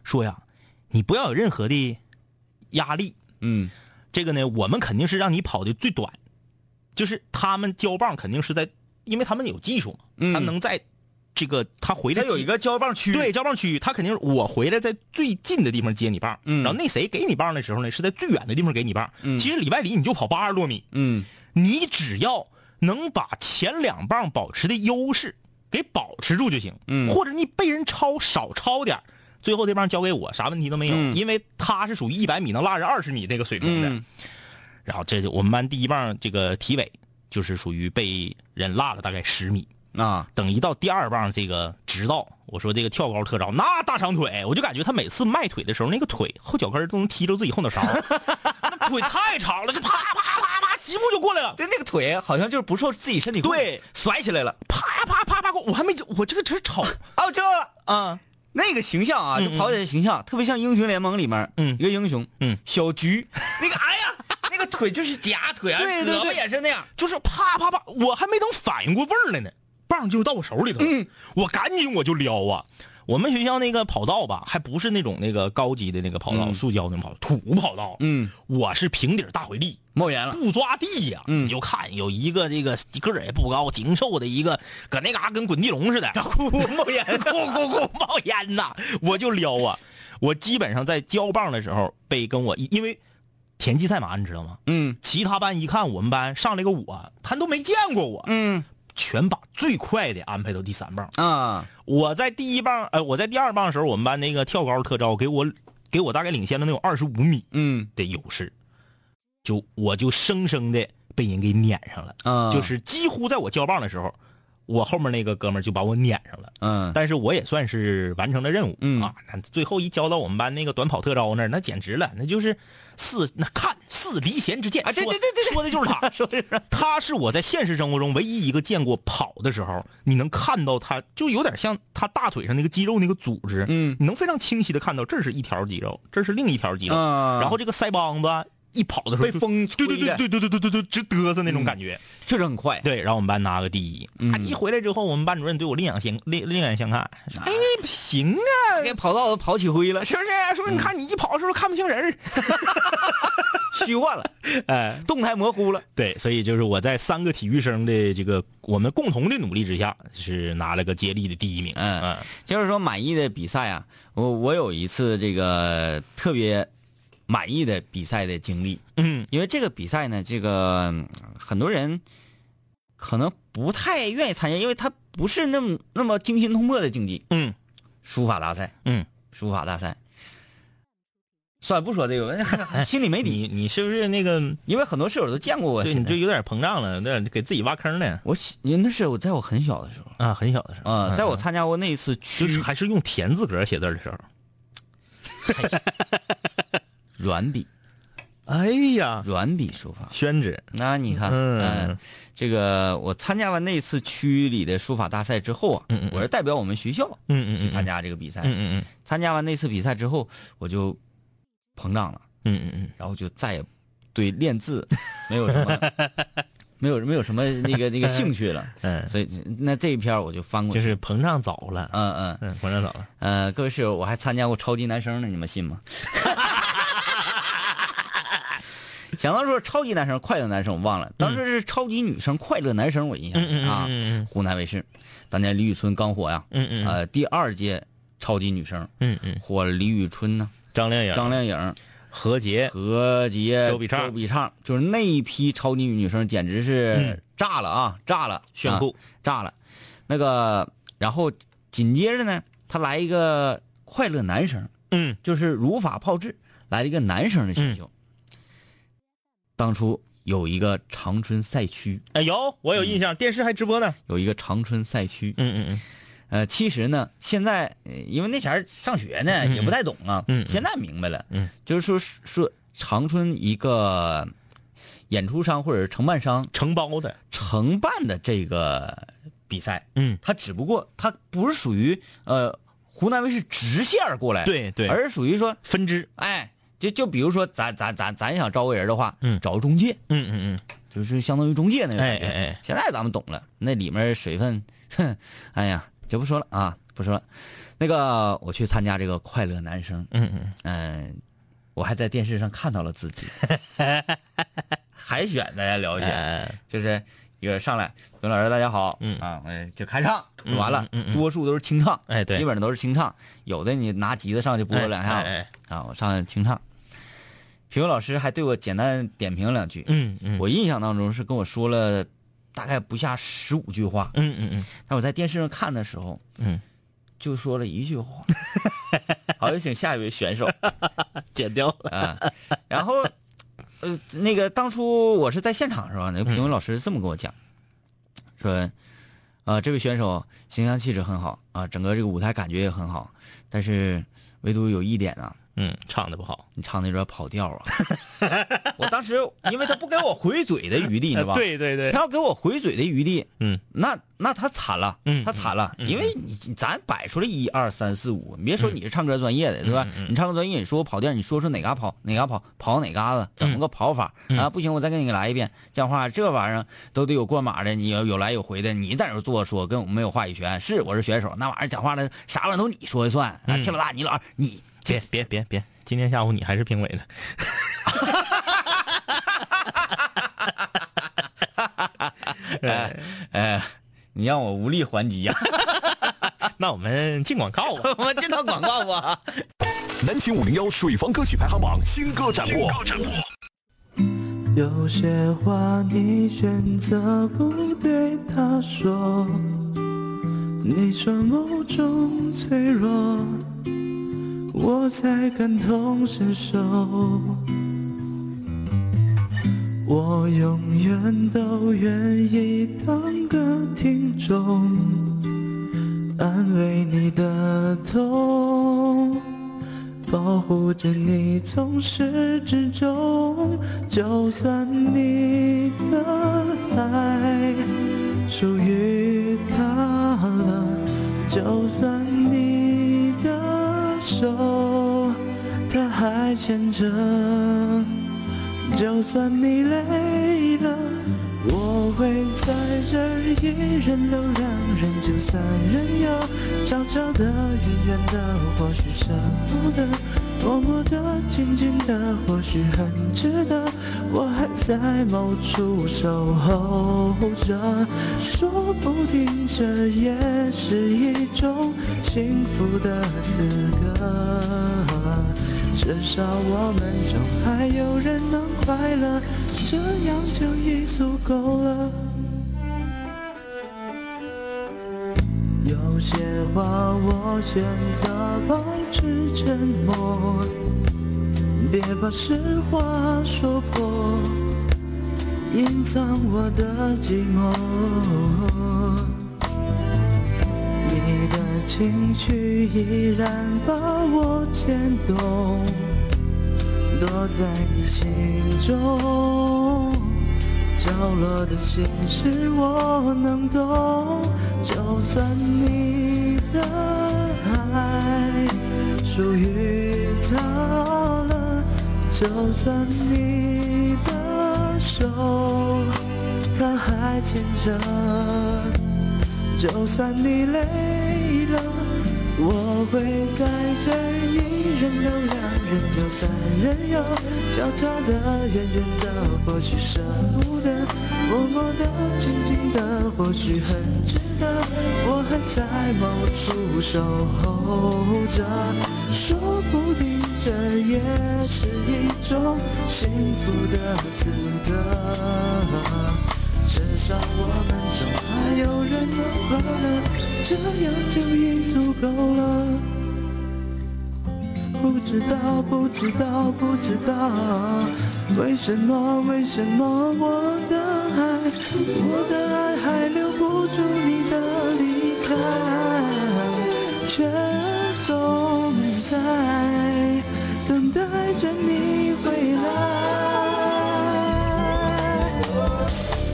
Speaker 2: 说呀，你不要有任何的压力，
Speaker 9: 嗯
Speaker 2: 这个呢，我们肯定是让你跑的最短，
Speaker 10: 就是他们交棒肯定是在，因为他们有技术嘛，他能在这个他回
Speaker 9: 嗯
Speaker 10: 来
Speaker 9: 它有
Speaker 10: 几
Speaker 9: 一个交棒区，
Speaker 10: 对，交棒区域，他肯定是我回来在最近的地方接你棒，
Speaker 9: 嗯
Speaker 10: 然后那谁给你棒的时候呢，是在最远的地方给你棒。其实里外里你就跑八十多米，
Speaker 9: 嗯，
Speaker 10: 你只要能把前两棒保持的优势给保持住就行，
Speaker 9: 嗯
Speaker 10: 或者你被人超少超点儿最后这棒交给我，啥问题都没有，
Speaker 9: 嗯
Speaker 10: 因为他是属于一百米能拉人二十米这个水平的。
Speaker 9: 嗯
Speaker 10: 然后这就我们班第一棒这个体委就是属于被人落了大概十米，
Speaker 9: 啊，
Speaker 10: 等一到第二棒这个直道，我说这个跳高特招，那大长腿，我就感觉他每次迈腿的时候，那个腿后脚跟儿都能踢着自己后 脑勺，那腿太长了，就啪啪啪啪，几步就过来了。
Speaker 9: 对，那个腿好像就是不受自己身体控制，
Speaker 10: 对
Speaker 9: 甩起来了。
Speaker 10: 啪啪啪啪，我还没我这个真瞅，
Speaker 9: 哦，我知道了，
Speaker 10: 啊，
Speaker 9: 那个形象啊，
Speaker 10: 嗯
Speaker 9: 就跑起来的形象特别像英雄联盟里面，
Speaker 10: 嗯
Speaker 9: 一个英雄，
Speaker 10: 嗯
Speaker 9: 小菊， 那个哎呀，那个腿就是夹腿 啊，
Speaker 10: 对对对
Speaker 9: 胳膊也是那样，
Speaker 10: 就是啪啪啪，我还没等反应过味儿来呢，棒就到我手里头了，
Speaker 9: 嗯
Speaker 10: 我赶紧我就撩啊。我们学校那个跑道吧，还不是那种那个高级的那个跑道，塑胶那种跑道，土跑道。
Speaker 9: 嗯，
Speaker 10: 我是平底儿大回力，
Speaker 9: 冒烟了，
Speaker 10: 不抓地呀、
Speaker 9: 嗯
Speaker 10: 你就看有一个这个个儿也不高，精瘦的一个，搁那嘎跟滚地龙似 的，咕咕冒烟，咕咕咕冒烟呐，我就撩啊！我基本上在交棒的时候被跟我一因为田忌赛马，你知道吗？
Speaker 9: 嗯
Speaker 10: 其他班一看我们班上来个我，他都没见过我，
Speaker 9: 嗯
Speaker 10: 全把最快的安排到第三棒。
Speaker 9: 啊，
Speaker 10: 我在第一棒，呃，我在第二棒的时候，我们班那个跳高特招给我给我大概领先了能有二十五米
Speaker 9: 嗯
Speaker 10: 的优势，就我就生生的被人给撵上了。
Speaker 9: 啊，
Speaker 10: 就是几乎在我交棒的时候，我后面那个哥们儿就把我撵上了。
Speaker 9: 嗯
Speaker 10: 但是我也算是完成了任务、
Speaker 9: 嗯
Speaker 10: 啊！那最后一交到我们班那个短跑特招那儿，那简直了，那就是似那看似离弦之箭
Speaker 9: 啊对
Speaker 10: 说
Speaker 9: 对对对对
Speaker 10: 说的就是 他，说的是他是我在现实生活中唯一一个见过跑的时候，你能看到他就有点像他大腿上那个肌肉那个组织，
Speaker 9: 嗯
Speaker 10: 你能非常清晰的看到这是一条肌肉，这是另一条肌肉，
Speaker 9: 啊
Speaker 10: 然后这个腮帮子一跑的时候
Speaker 9: 被风
Speaker 10: 就对
Speaker 9: 吹嗯的
Speaker 10: 对对对对对对对，直嘚瑟那种感觉。
Speaker 9: 确实很 快，
Speaker 10: 对，然后我们班拿个第一。啊，一回来之后，我们班主任对我另眼相另另眼相看，说：“哎，行啊，
Speaker 9: 给跑道都跑起灰了，
Speaker 10: 是不是？说你看你一跑的时候看不清人儿。
Speaker 9: 虚幻 了，
Speaker 10: 哎，
Speaker 9: 动态模糊了，
Speaker 10: 对，所以就是我在三个体育生的这个我们共同的努力之下，是拿了个接力的第一名。啊
Speaker 9: 嗯就是说满意的比赛啊，我我有一次这个特别满意的比赛的经历，
Speaker 10: 嗯
Speaker 9: 因为这个比赛呢，这个嗯很多人可能不太愿意参加，因为它不是那么那么惊心动魄的竞技。
Speaker 10: 嗯
Speaker 9: 书法大赛，
Speaker 10: 嗯，
Speaker 9: 书法大赛，算了，不说这 个，心里没底，
Speaker 10: 你你是不是那个？
Speaker 9: 因为很多室友都见过我。
Speaker 10: 对，
Speaker 9: 现
Speaker 10: 你
Speaker 9: 在
Speaker 10: 就有点膨胀了，有点给自己挖坑了
Speaker 9: 我喜那是我在我很小的时候
Speaker 10: 啊！很小的时候
Speaker 9: 啊、
Speaker 10: 嗯
Speaker 9: 在我参加过那一次区
Speaker 10: 就是还是用田字格写字儿的时候。
Speaker 9: 软笔
Speaker 10: 哎呀，
Speaker 9: 软笔书法，
Speaker 10: 宣纸，
Speaker 9: 那你看，
Speaker 10: 嗯
Speaker 9: 嗯、这个我参加完那次区里的书法大赛之后啊，
Speaker 10: 嗯嗯嗯
Speaker 9: 我是代表我们学校
Speaker 10: 嗯嗯
Speaker 9: 去
Speaker 10: 嗯，
Speaker 9: 参，加这个比赛，
Speaker 10: 嗯嗯嗯
Speaker 9: 参加完那次比赛之后，我就膨胀了，
Speaker 10: 嗯嗯嗯。”
Speaker 9: 然后就再也对练字没有什么， 没有没有什么那个那个兴趣了。
Speaker 10: 嗯
Speaker 9: 所以那这一篇儿我就翻过
Speaker 10: 就
Speaker 9: 去。
Speaker 10: 是膨胀早了，
Speaker 9: 嗯嗯
Speaker 10: 嗯，膨胀早了。
Speaker 9: 呃，各位室友，我还参加过超级男生呢，你们信吗？ 想到说超级男生、快乐男生，我忘了，当时是超级女生、快乐男生，我印象里啊，
Speaker 10: 嗯
Speaker 9: 湖南卫视，当年李宇春刚火呀，
Speaker 10: 嗯嗯
Speaker 9: 呃，第二届超级女生
Speaker 10: 嗯嗯，
Speaker 9: 火了李宇春呢、
Speaker 10: 张靓颖、
Speaker 9: 张靓颖、
Speaker 10: 何洁，
Speaker 9: 何洁、
Speaker 10: 嗯周笔畅
Speaker 9: 周笔畅，就是那一批超级女生，简直是
Speaker 10: 嗯
Speaker 9: 炸了啊，炸了，
Speaker 10: 炫酷
Speaker 9: 啊炸了。那个，然后紧接着呢，他来一个快乐男生，
Speaker 10: 嗯，
Speaker 9: 就是如法炮制，来了一个男生的选秀。
Speaker 10: 嗯
Speaker 9: 当初有一个长春赛区，
Speaker 10: 哎，有我有印象，电视还直播呢。
Speaker 9: 有一个长春赛区，
Speaker 10: 嗯嗯
Speaker 9: 呃，其实呢，现在呃因为那前儿上学呢，
Speaker 10: 嗯嗯
Speaker 9: 也不太懂啊，
Speaker 10: 嗯嗯
Speaker 9: 现在明白了，
Speaker 10: 嗯，
Speaker 9: 就是说说长春一个呃演出商或者是承办商
Speaker 10: 承包的，
Speaker 9: 承办的这个比赛，
Speaker 10: 嗯，
Speaker 9: 它只不过它不是属于呃湖南卫视直线儿过来，
Speaker 10: 对对
Speaker 9: 而是属于说，
Speaker 10: 分支。
Speaker 9: 哎，就就比如说咱咱咱咱想招个人的话，
Speaker 10: 嗯
Speaker 9: 找个中介，
Speaker 10: 嗯嗯
Speaker 9: 就是相当于中介那个感觉。
Speaker 10: 哎哎哎
Speaker 9: 现在咱们懂了，那里面水分，哼，哎呀，就不说了啊，不说了。那个，我去参加这个快乐男呃生，
Speaker 10: 嗯嗯
Speaker 9: 嗯、我还在电视上看到了自己，海选，大家了解，
Speaker 10: 哎
Speaker 9: 就是一个上来，刘老师大家好，
Speaker 10: 嗯
Speaker 9: 啊，哎就开唱，
Speaker 10: 嗯
Speaker 9: 完了
Speaker 10: 嗯嗯嗯，
Speaker 9: 多数都是清唱，
Speaker 10: 哎对
Speaker 9: 基本上都是清唱，有的你拿吉他上去拨两下
Speaker 10: 哎哎哎，
Speaker 9: 啊，我上来清唱，评委老师还对我简单点评了两句，
Speaker 10: 嗯嗯，
Speaker 9: 我印象当中是跟我说了大概不下十五句话，
Speaker 10: 嗯嗯嗯
Speaker 9: 但我在电视上看的时候，
Speaker 10: 嗯，
Speaker 9: 就说了一句 话，好，有请下一位选手。
Speaker 10: 剪掉了，
Speaker 9: 啊，然后，呃，那个当初我是在现场是吧？
Speaker 10: 嗯
Speaker 9: 那个评委老师是这么跟我讲，说，啊、这位选手形象气质很好啊、整个这个舞台感觉也很好，但是唯独有一点啊，
Speaker 10: 嗯，唱的不好，
Speaker 9: 你唱的有点跑调 啊。我当时因为他不给我回嘴的余地，你知道吧？
Speaker 10: 对对对
Speaker 9: 他，要给我回嘴的余地，
Speaker 10: 嗯，
Speaker 9: 那那他惨了，
Speaker 10: 嗯
Speaker 9: 他惨了，
Speaker 10: 嗯嗯
Speaker 9: 因为你你咱摆出来一二三四五，你别说你是唱歌专业
Speaker 10: 嗯
Speaker 9: 的，对吧？你唱歌专业，你说我跑调，你说出哪嘎跑哪嘎跑跑哪嘎子，
Speaker 10: 嗯
Speaker 9: 怎么个跑法、啊？不行，我再给你来一遍。这样的话，这玩意儿都得有过码的，你有有来有回的，你在这儿做说，跟我们没有话语权。是我是选手，那玩意儿讲话的啥玩意儿都你说了算，啊，
Speaker 10: 嗯
Speaker 9: 天老大你老二你
Speaker 10: 别别别别，今天下午你还是评委呢，
Speaker 9: 哎，你让我无力还 击呀、
Speaker 10: 那我们进广告吧。
Speaker 9: 我们进到广告吧。
Speaker 8: 南秦五零幺水房歌曲排行榜新歌展播。
Speaker 1: 有些话你选择不对他说，你说某种脆弱，我才感同身受。我永远都愿意当个听众，安慰你的痛。保护着你从始至终。就算你的爱属于他了，就算你的手他还牵着，就算你累了。我会在这儿一人留两人就三人游，悄悄的、远远的，或许舍不得，默默的、静静的，或许很值得。我还在某处守候着，说不定这也是一种幸福的资格。至少我们中还有人能快乐，这样就已足够了。有些话我选择保持沉默，别把实话说破，隐藏我的寂寞。你的情绪依然把我牵动，躲在你心中。角落的心事我能懂，就算你的爱属于他了，就算你的手他还牵着。就算你累了，我会在这儿一人留两人就三人游，悄悄的、远远的，或许舍不得，默默的、静静的，或许很值得。我还在某处守候着，说不定这也是一种幸福的资格。至少我们中还有人能快乐，这样就已足够了。不知道，不知道，不知道，为什么，为什么我的爱，我的爱还留不住你的离开，却总在等待着你回来。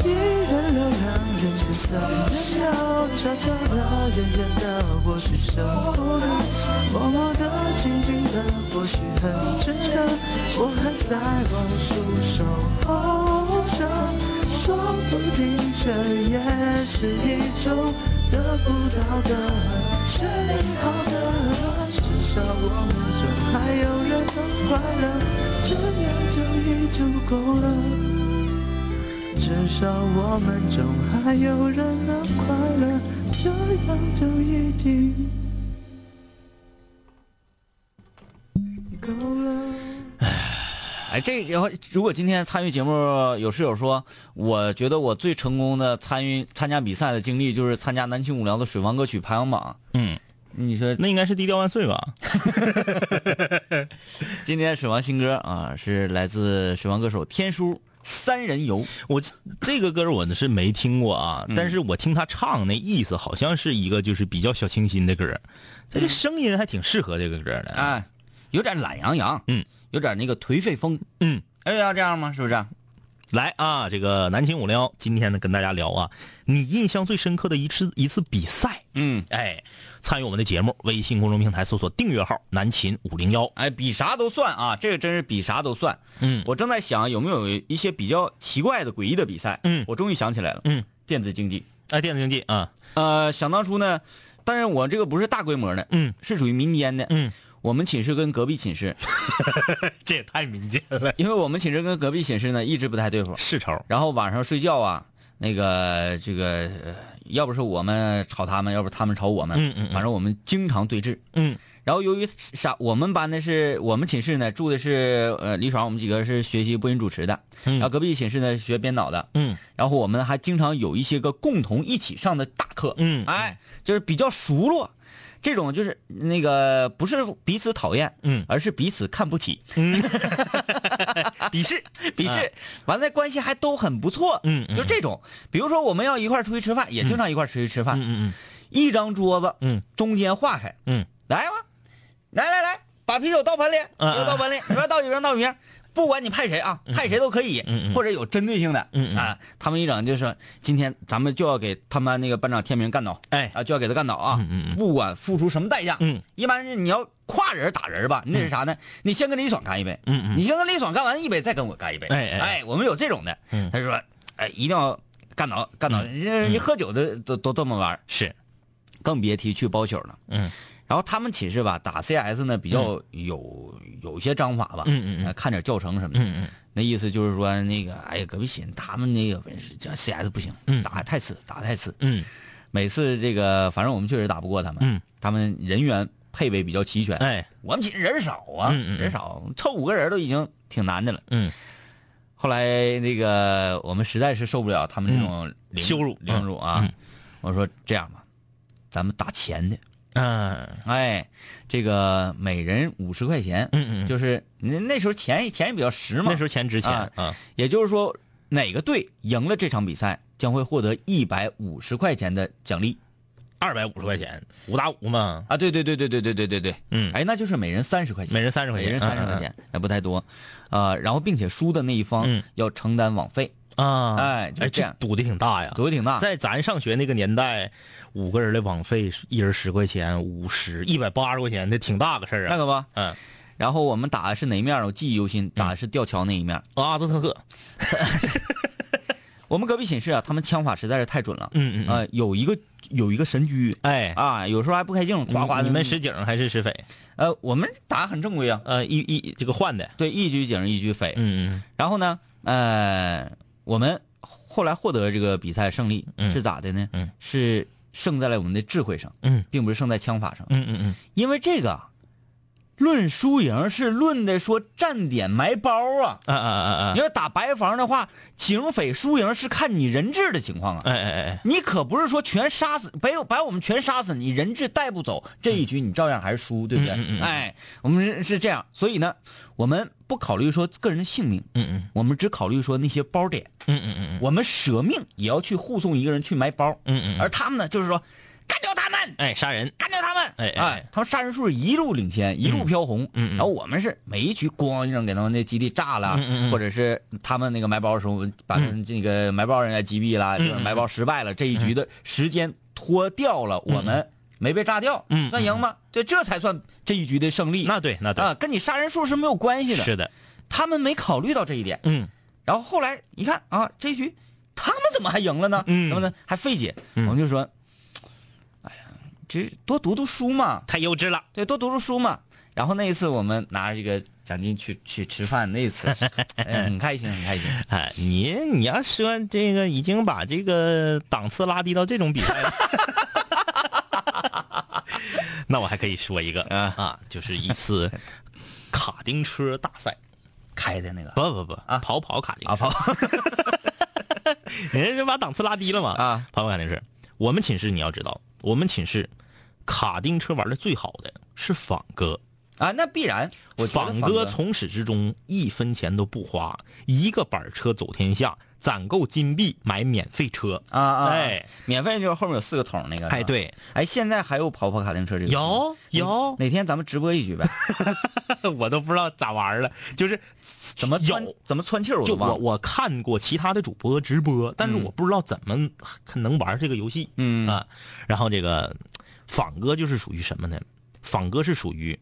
Speaker 1: 一人流浪，人群三人游，悄悄的、远远的，或许舍不得，默默的、静静的，或许很值得。我还在往树守候着，说不定这也是一种得不到的却美好的。至少我们中还有人能快乐，这样就已足够了。少我们中还有人能快乐，这样就已经够了。
Speaker 9: 哎，这然后如果今天参与节目有室友说，我觉得我最成功的参与参加比赛的经历就是参加南青五聊的水房歌曲排行榜。
Speaker 10: 嗯，
Speaker 9: 你说
Speaker 10: 那应该是低调万岁吧？
Speaker 9: 今天水王新歌啊，是来自水王歌手天书《三人游》。
Speaker 10: 我这这个歌我是没听过啊，但是我听他唱那意思，好像是一个就是比较小清新的歌儿，他这声音还挺适合这个歌的。
Speaker 9: 哎，有点懒洋洋，
Speaker 10: 嗯，
Speaker 9: 有点那个颓废风，
Speaker 10: 嗯，
Speaker 9: 哎，要这样吗？是不是？
Speaker 10: 来啊，这个南秦五零幺，今天呢跟大家聊啊，你印象最深刻的一次一次比赛，
Speaker 9: 嗯，
Speaker 10: 哎，参与我们的节目，微信公众平台搜索订阅号“南秦五零幺
Speaker 9: 哎，比啥都算啊，这个真是比啥都算。”。
Speaker 10: 嗯，
Speaker 9: 我正在想有没有一些比较奇怪的、诡异的比赛，
Speaker 10: 嗯
Speaker 9: 我终于想起来了，
Speaker 10: 嗯，
Speaker 9: 电子竞技。
Speaker 10: 哎，电子竞技啊，
Speaker 9: 呃，想当初呢，但是我这个不是大规模的，
Speaker 10: 嗯
Speaker 9: 是属于民间的，
Speaker 10: 嗯，
Speaker 9: 我们寝室跟隔壁寝室，
Speaker 10: 这也太民间 了，
Speaker 9: 因为我们寝室跟隔壁寝室呢一直不太对付，
Speaker 10: 世仇。
Speaker 9: 然后晚上睡觉啊，那个这个，呃要不是我们吵他们，要不是他们吵我们，
Speaker 10: 嗯嗯嗯
Speaker 9: 反正我们经常对峙。
Speaker 10: 嗯
Speaker 9: 然后由于啥，我们班的是我们寝室呢住的是呃李爽，我们几个是学习播音主持的，
Speaker 10: 嗯
Speaker 9: 然后隔壁寝室呢学编导的，
Speaker 10: 嗯
Speaker 9: 然后我们还经常有一些个共同一起上的大课，
Speaker 10: 嗯
Speaker 9: 哎，就是比较熟络。这种就是那个不是彼此讨厌，
Speaker 10: 嗯
Speaker 9: 而是彼此看不起，
Speaker 10: 嗯，
Speaker 9: 鄙视， 鄙视，完了关系还都很不错，
Speaker 10: 嗯嗯
Speaker 9: 就这种，比如说我们要一块儿出去吃饭，也经常一块儿出去吃
Speaker 10: 嗯
Speaker 9: 饭，
Speaker 10: 嗯
Speaker 9: 一张桌子，
Speaker 10: 嗯，
Speaker 9: 中间划开，
Speaker 10: 嗯，
Speaker 9: 来吧，来来来，把啤酒倒盆里，
Speaker 10: 嗯
Speaker 9: 啤酒倒盆里，你边倒几瓶倒几瓶，不管你派谁啊，派谁都可以，
Speaker 10: 嗯嗯
Speaker 9: 或者有针对性的，
Speaker 10: 嗯嗯
Speaker 9: 啊，他们一整就说今天咱们就要给他们那个班长天明干倒，
Speaker 10: 哎
Speaker 9: 啊，就要给他干倒啊，
Speaker 10: 嗯嗯嗯
Speaker 9: 不管付出什么代价，
Speaker 10: 嗯，
Speaker 9: 一般是你要跨人打人吧，那是啥呢？你先跟李爽干一杯，
Speaker 10: 嗯嗯
Speaker 9: 你先跟李爽干完一杯，再跟我干一杯，
Speaker 10: 哎哎哎
Speaker 9: 我们有这种的，
Speaker 10: 嗯
Speaker 9: 他就说，哎，一定要干倒干倒，人一喝酒的都都这么玩儿，
Speaker 10: 是，
Speaker 9: 更别提去包宿了。
Speaker 10: 嗯
Speaker 9: 然后他们寝室吧，打 CS 呢比较有、有一些章法吧，
Speaker 10: 嗯嗯嗯
Speaker 9: 呃看点教程什么的。
Speaker 10: 嗯嗯
Speaker 9: 那意思就是说，那个哎呀，隔壁寝他们那个本事，这 CS 不行，
Speaker 10: 嗯
Speaker 9: 打太次，打太次。
Speaker 10: 嗯
Speaker 9: 每次这个，反正我们确实打不过他们，
Speaker 10: 嗯
Speaker 9: 他们人员配备比较齐全。
Speaker 10: 哎
Speaker 9: 我们寝室人少啊，
Speaker 10: 嗯嗯嗯
Speaker 9: 人少，凑五个人都已经挺难的了。
Speaker 10: 嗯
Speaker 9: 后来那个我们实在是受不了他们这种凌
Speaker 10: 嗯羞辱
Speaker 9: 凌辱啊，
Speaker 10: 嗯嗯
Speaker 9: 我说这样吧，咱们打钱的，
Speaker 10: 嗯
Speaker 9: 哎，这个每人五十块钱，
Speaker 10: 嗯嗯，
Speaker 9: 就是那那时候钱钱也比较实嘛，
Speaker 10: 那时候钱值钱啊，
Speaker 9: 也就是说哪个队赢了这场比赛，将会获得一百五十块钱的奖励
Speaker 10: 二百五十块钱，五打五嘛，
Speaker 9: 啊！对对对对对对对对对，
Speaker 10: 嗯
Speaker 9: 哎，那就是每人三十块钱，
Speaker 10: 每人30块钱
Speaker 9: 每人三十块钱，那不太多，啊，然后并且输的那一方
Speaker 10: 嗯
Speaker 9: 要承担网费，
Speaker 10: 啊，
Speaker 9: 哎就
Speaker 10: 哎，
Speaker 9: 这
Speaker 10: 这
Speaker 9: 样
Speaker 10: 赌的挺大呀，
Speaker 9: 赌的挺大，
Speaker 10: 在咱上学那个年代，五个人的网费是一人十块钱，五十、一百八十块钱，那挺大个事儿
Speaker 9: 那
Speaker 10: 啊。
Speaker 9: 可不。
Speaker 10: 嗯，
Speaker 9: 然后我们打的是哪一面儿？我记忆犹新，打的是吊桥那一面儿。
Speaker 10: 阿兹特克，
Speaker 9: 我们隔壁寝室啊，他们枪法实在是太准了。
Speaker 10: 嗯嗯嗯
Speaker 9: 啊、有一个有一个神狙
Speaker 10: 哎，
Speaker 9: 啊，有时候还不开镜，
Speaker 10: 你
Speaker 9: 哗哗的。嗯
Speaker 10: 你们实景还是实匪？
Speaker 9: 呃，我们打很正规啊，
Speaker 10: 呃，一一这个换的，
Speaker 9: 对，一狙警一狙匪。
Speaker 10: 嗯
Speaker 9: 然后呢，呃，我们后来获得这个比赛胜利、
Speaker 10: 嗯
Speaker 9: 是咋的呢？
Speaker 10: 嗯
Speaker 9: 是胜在了我们的智慧上，
Speaker 10: 嗯
Speaker 9: 并不是胜在枪法上。
Speaker 10: 嗯嗯嗯
Speaker 9: 因为这个啊论输赢是论的说站点埋包啊。
Speaker 10: 嗯，啊啊啊啊
Speaker 9: 你，要打白房的话，警匪输赢是看你人质的情况啊。
Speaker 10: 哎哎哎，
Speaker 9: 你可不是说全杀死，没有把我们全杀死，你人质带不走这一局，你照样还是输，对不对？
Speaker 10: 嗯嗯嗯
Speaker 9: 哎，我们是是这样，所以呢，我们不考虑说个人的性命，
Speaker 10: 嗯嗯
Speaker 9: 我们只考虑说那些包点，
Speaker 10: 嗯嗯嗯
Speaker 9: 我们舍命也要去护送一个人去埋包，
Speaker 10: 嗯嗯，
Speaker 9: 而他们呢，就是说干掉他们，
Speaker 10: 哎杀人，
Speaker 9: 干掉他们，
Speaker 10: 哎哎
Speaker 9: 哎，他们杀人数是一路领先，一路飘红，
Speaker 10: 嗯嗯
Speaker 9: 然后我们是每一局咣一声给他们那基地炸了，
Speaker 10: 嗯嗯嗯
Speaker 9: 或者是他们那个埋包的时候，我们把他们这个埋包人员击毙
Speaker 10: 嗯
Speaker 9: 了，就是埋包失败了，这一局的时间拖掉了，我们没被炸掉，
Speaker 10: 嗯嗯嗯
Speaker 9: 算赢吗？对，这才算这一局的胜利。
Speaker 10: 那对那对，
Speaker 9: 啊，跟你杀人数是没有关系的，
Speaker 10: 是的，
Speaker 9: 他们没考虑到这一点。
Speaker 10: 嗯
Speaker 9: 然后后来一看啊，这一局他们怎么还赢了呢？
Speaker 10: 嗯
Speaker 9: 怎么呢？还费解。
Speaker 10: 嗯
Speaker 9: 我们就说，哎呀，这多读读书嘛，
Speaker 10: 太幼稚了，
Speaker 9: 对，多读读书嘛。然后那一次我们拿着这个奖金去去吃饭，那一次、哎很开心，很开心。
Speaker 10: 哎，你你要说这个已经把这个档次拉低到这种比赛了， 啊那我还可以说一个啊就是一 次卡丁车大赛，
Speaker 9: 开的那个
Speaker 10: 不不不啊，跑跑卡丁车
Speaker 9: 啊，跑，
Speaker 10: 人家就把档次拉低了嘛
Speaker 9: 啊，
Speaker 10: 跑跑卡丁车。我们寝室你要知道，我们寝室卡丁车玩的最好的是仿哥，
Speaker 9: 啊，那必然。我觉得
Speaker 10: 仿哥从始至终一分钱都不花，一个板车走天下，攒够金币买免费车
Speaker 9: 啊啊，
Speaker 10: 哎，
Speaker 9: 免费就是后面有四个桶那个。
Speaker 10: 哎
Speaker 9: 是吧，
Speaker 10: 对，
Speaker 9: 哎，现在还有跑跑卡丁车这个？
Speaker 10: 有有，
Speaker 9: 哪天咱们直播一局呗？
Speaker 10: 我都不知道咋玩了，就是
Speaker 9: 怎么窜
Speaker 10: 有。
Speaker 9: 怎么窜气儿？都
Speaker 10: 就
Speaker 9: 忘
Speaker 10: 我
Speaker 9: 了
Speaker 10: 我看过其他的主播直播，但是我不知道怎么能玩这个游戏。
Speaker 9: 嗯
Speaker 10: 啊，然后这个仿哥就是属于什么呢？仿哥是属于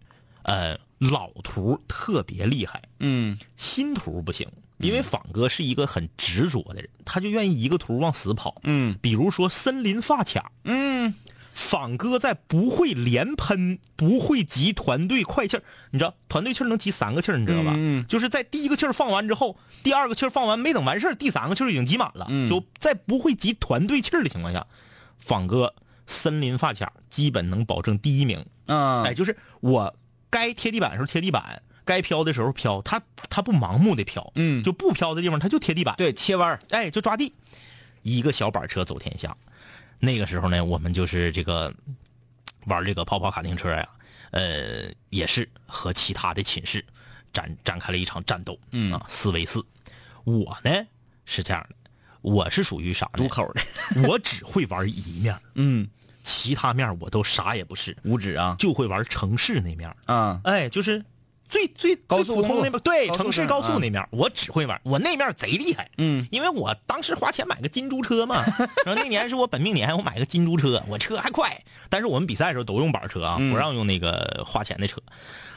Speaker 10: 呃老图特别厉害，
Speaker 9: 嗯
Speaker 10: 新图不行，因为仿哥是一个很执着的人，他就愿意一个图往死跑。
Speaker 9: 嗯
Speaker 10: 比如说森林发卡，
Speaker 9: 嗯
Speaker 10: 仿哥在不会连喷、不会集团队快气儿，你知道团队气儿能集三个气儿，你知道吧？
Speaker 9: 嗯
Speaker 10: 就是在第一个气儿放完之后，第二个气儿放完没等完事儿，第三个气儿已经集满了。
Speaker 9: 嗯
Speaker 10: 就在不会集团队气儿的情况下，仿哥森林发卡基本能保证第一名。
Speaker 9: 啊
Speaker 10: 哎，就是我该贴地板的时候贴地板，该飘的时候飘，他他不盲目的飘，
Speaker 9: 嗯
Speaker 10: 就不飘的地方他就贴地板，
Speaker 9: 对，切弯儿
Speaker 10: 哎，就抓地，一个小板车走天下。那个时候呢，我们就是这个玩这个跑跑卡丁车呀，呃，也是和其他的寝室展展开了一场战斗，
Speaker 9: 嗯
Speaker 10: 啊，四 v 四。我呢是这样的，我是属于啥呢？
Speaker 9: 堵口的，
Speaker 10: 我只会玩一面，
Speaker 9: 嗯，
Speaker 10: 其他面我都啥也不是，
Speaker 9: 五指啊
Speaker 10: 就会玩城市那面。
Speaker 9: 啊
Speaker 10: 哎，就是最最
Speaker 9: 高
Speaker 10: 最
Speaker 9: 速
Speaker 10: 普
Speaker 9: 公路
Speaker 10: 通那边，对，
Speaker 9: 高速
Speaker 10: 城市
Speaker 9: 上
Speaker 10: 高速
Speaker 9: 啊
Speaker 10: 那面，我只会玩，我那面贼厉害，
Speaker 9: 嗯，
Speaker 10: 因为我当时花钱买个金猪车嘛，然后那年是我本命年，我买个金猪车，我车还快，但是我们比赛的时候都用板车啊，
Speaker 9: 嗯
Speaker 10: 不让用那个花钱的车。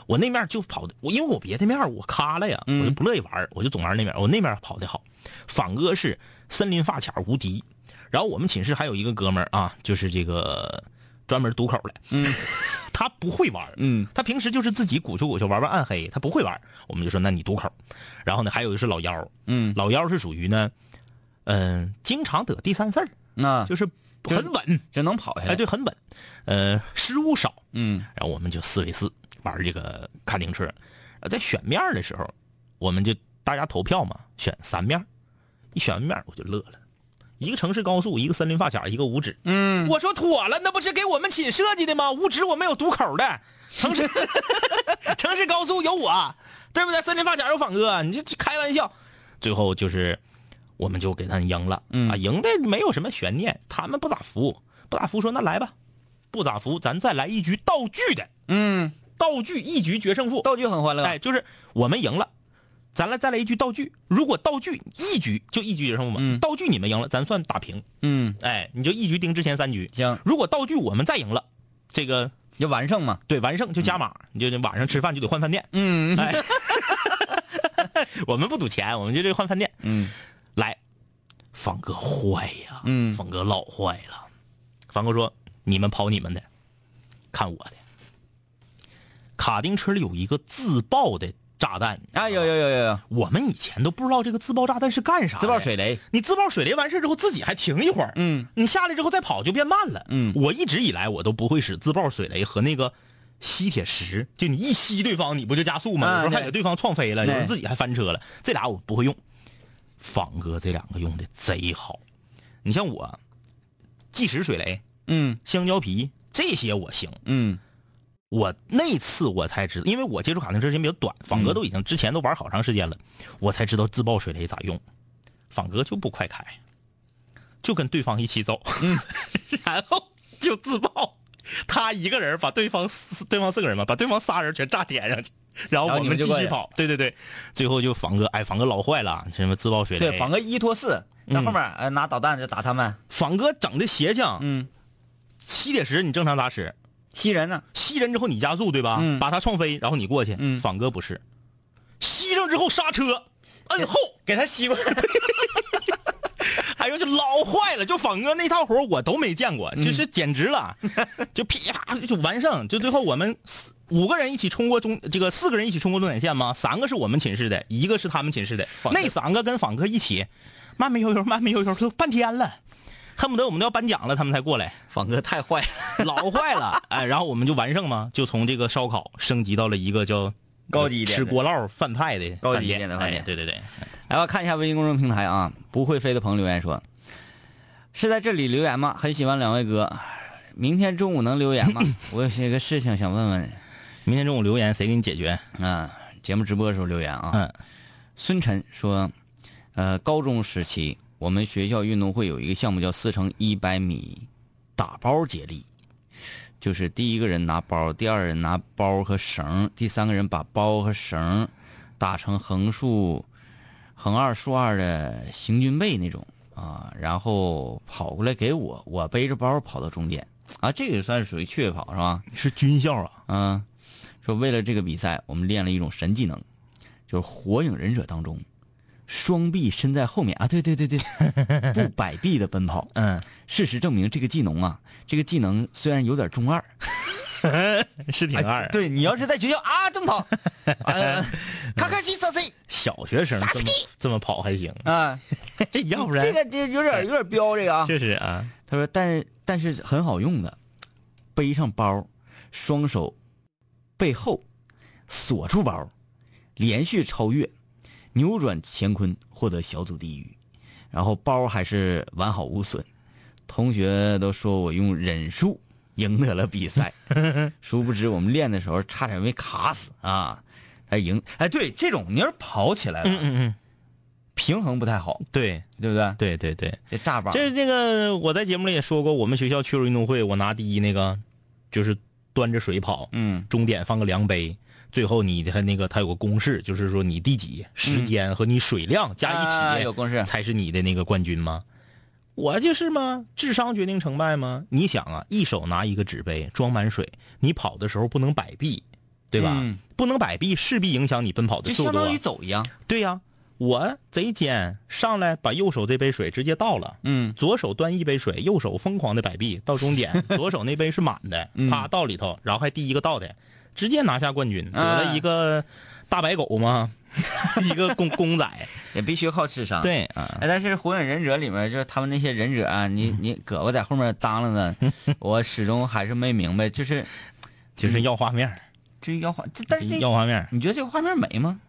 Speaker 10: 我那面就跑的，我因为我别的面我卡了呀，我
Speaker 9: 嗯
Speaker 10: 就不乐意玩，我就总玩那面，我那面跑的好。仿哥是森林发卡无敌，然后我们寝室还有一个哥们儿啊，就是这个专门堵口的，嗯，他不会玩，
Speaker 9: 嗯，
Speaker 10: 他平时就是自己鼓秋鼓秋玩玩暗黑，他不会玩，我们就说那你堵口。然后呢，还有一个是老妖，
Speaker 9: 嗯
Speaker 10: 老妖是属于呢，嗯、经常得第三事儿，
Speaker 9: 那
Speaker 10: 就是很稳，
Speaker 9: 就能跑下来。
Speaker 10: 哎，对，很稳，呃，失误少，
Speaker 9: 嗯
Speaker 10: 然后我们就四 v 四玩这个卡丁车。呃在选面儿的时候，我们就大家投票嘛，选三面儿。一选完面儿我就乐了，一个城市高速，一个森林发卡，一个五指。嗯，我说妥了，那不是给我们寝设计的吗？五指我没有堵口的，城市 城市高速有我，对不对？森林发卡有仿哥，你这这开玩笑。最后就是，我们就给他赢了，嗯啊，赢的没有什么悬念，他们不咋服，不咋服说那来吧，不咋服，咱再来一局道具的，
Speaker 9: 嗯，
Speaker 10: 道具一局决胜负。
Speaker 9: 道具很欢乐。
Speaker 10: 哎，就是我们赢了，咱来再来一局道具。如果道具一局就一局决胜负嘛，
Speaker 9: 嗯
Speaker 10: 道具你们赢了，咱算打平。
Speaker 9: 嗯，
Speaker 10: 哎，你就一局定之前三局。
Speaker 9: 行，
Speaker 10: 如果道具我们再赢了，这个
Speaker 9: 就完胜嘛。
Speaker 10: 对完胜就加码，你就就晚上吃饭就得换饭店。
Speaker 9: 嗯
Speaker 10: 哎，我们不赌钱，我们就这换饭店。
Speaker 9: 嗯
Speaker 10: 来，方哥坏呀，
Speaker 9: 嗯
Speaker 10: 方哥老坏了。方哥说：“你们跑你们的，看我的。”卡丁车里有一个自爆的炸弹，
Speaker 9: 啊，有有有有有，
Speaker 10: 我们以前都不知道这个自爆炸弹是干啥的。
Speaker 9: 自爆水雷。
Speaker 10: 你自爆水雷完事之后，自己还停一会儿，
Speaker 9: 嗯，
Speaker 10: 你下来之后再跑就变慢了。
Speaker 9: 嗯
Speaker 10: 我一直以来我都不会使自爆水雷和那个吸铁石，就你一吸对方，你不就加速吗？
Speaker 9: 啊
Speaker 10: 有时候还
Speaker 9: 对
Speaker 10: 给对方撞飞了，有
Speaker 9: 对
Speaker 10: 时候自己还翻车了，这俩我不会用。仿哥这两个用的贼好，你像我，计时水雷、
Speaker 9: 嗯
Speaker 10: 香蕉皮这些我行，
Speaker 9: 嗯
Speaker 10: 我那次我才知道，因为我接触卡丁车时间比较短，仿
Speaker 9: 嗯
Speaker 10: 哥都已经之前都玩好长时间了，我才知道自爆水雷咋用。仿哥就不快开，就跟对方一起走，
Speaker 9: 嗯
Speaker 10: 然后就自爆，他一个人把对方四对方四个人嘛，把对方仨人全炸点上去，然后
Speaker 9: 然后
Speaker 10: 我
Speaker 9: 你们
Speaker 10: 们
Speaker 9: 就
Speaker 10: 继
Speaker 9: 过去
Speaker 10: 续跑。对对对，最后就仿哥，哎，仿哥老坏了，什么自爆水雷，
Speaker 9: 对，仿哥一拖四，在后面呃拿导弹就打他们。
Speaker 10: 仿哥整的邪性，
Speaker 9: 嗯，
Speaker 10: 吸铁石你正常打使，
Speaker 9: 吸人呢。
Speaker 10: 吸人之后你加速对吧？
Speaker 9: 嗯
Speaker 10: 把他撞飞，然后你过去。
Speaker 9: 嗯
Speaker 10: 仿哥不是，哎吸上之后刹车，摁后，
Speaker 9: 给他吸过来，
Speaker 10: 还有声就老坏了，就仿哥那套活我都没见
Speaker 9: 嗯
Speaker 10: 过，就是简直 了，就噼啪就完胜，就最后我们四五个人一起冲过终这个四个人一起冲过终点线嘛，三个是我们寝室的，一个是他们寝室的，那三个跟仿哥一起慢慢悠悠慢慢悠悠都半天了。恨不得我们都要颁奖了，他们才过来。
Speaker 9: 仿哥太坏了，
Speaker 10: 老坏了，哎，然后我们就完胜嘛，就从这个烧烤升级到了一个叫
Speaker 9: 高级一点的
Speaker 10: 吃锅烙饭菜的
Speaker 9: 高级
Speaker 10: 饭
Speaker 9: 一
Speaker 10: 店
Speaker 9: 点的饭
Speaker 10: 哎
Speaker 9: 店
Speaker 10: 对对对，
Speaker 9: 来吧，看一下微信公众平台啊，不会飞的朋友留言说，是在这里留言吗？很喜欢两位哥，明天中午能留言吗？我有些个事情想问问，
Speaker 10: 明天中午留言谁给你解决？
Speaker 9: 啊，节目直播的时候留言啊。
Speaker 10: 嗯，
Speaker 9: 孙晨说，呃，高中时期我们学校运动会有一个项目叫四乘一百米打包接力，就是第一个人拿包，第二人拿包和绳，第三个人把包和绳打成横竖、横二竖二的行军背那种啊，然后跑过来给我，我背着包跑到终点啊，这个算是属于越野跑是吧？
Speaker 10: 是军校 啊？
Speaker 9: 嗯，说为了这个比赛，我们练了一种神技能，就是《火影忍者》当中，双臂伸在后面啊，对对对对，不摆臂的奔 跑。
Speaker 10: 嗯，
Speaker 9: 事实证明，这个技能啊，这个技能虽然有点中二，
Speaker 10: 是挺二、
Speaker 9: 对你要是在学校啊这么跑，卡卡西萨西
Speaker 10: 小学生这么这么跑还行，
Speaker 9: 啊，
Speaker 10: 要不然
Speaker 9: 这个就有点有点彪 这个啊。
Speaker 10: 确实啊，
Speaker 9: 他说，但是但是很好用的，背上包，双手背后锁住包，连续超越，扭转乾坤，获得小组第一，然后包还是完好无损。同学都说我用忍术赢得了比 赛，殊不知我们练的时候差点没卡死啊！哎，赢哎，对，这种你要是跑起来了，
Speaker 10: 嗯嗯嗯，
Speaker 9: 平衡不太好，
Speaker 10: 对
Speaker 9: 对不对？
Speaker 10: 对对对，
Speaker 9: 这炸包，
Speaker 10: 这这个我在节目里也说过，我们学校去了运动会，我拿第一那个就是端着水跑，
Speaker 9: 嗯
Speaker 10: 终点放个量杯，最后你的那个它有个公式，就是说你第几时间和你水量加一起，
Speaker 9: 啊有公式
Speaker 10: 才是你的那个冠军吗？我就是吗？智商决定成败吗？你想啊，一手拿一个纸杯装满水，你跑的时候不能摆臂，对吧？
Speaker 9: 嗯
Speaker 10: 不能摆臂，势必影响你奔跑的
Speaker 9: 就
Speaker 10: 速度、啊。
Speaker 9: 相当于走一样，
Speaker 10: 对呀、我贼尖，上来把右手这杯水直接倒了，
Speaker 9: 嗯。
Speaker 10: 左手端一杯水，右手疯狂的摆臂到终 点，左手那杯是满的，啪倒里头，然后还第一个倒的，直接拿下冠军，得
Speaker 9: 啊
Speaker 10: 了一个大白狗嘛， 一个公公 仔，
Speaker 9: 也必须靠智商。，
Speaker 10: 对啊，
Speaker 9: 哎，但是《火影忍者》里面就是他们那些忍者啊， 你你胳膊在后面当啷的，我始终还是没明白，就是
Speaker 10: 就是要画面儿，
Speaker 9: 至于要画，这但是这
Speaker 10: 要画面儿
Speaker 9: 你觉得这个画面美吗？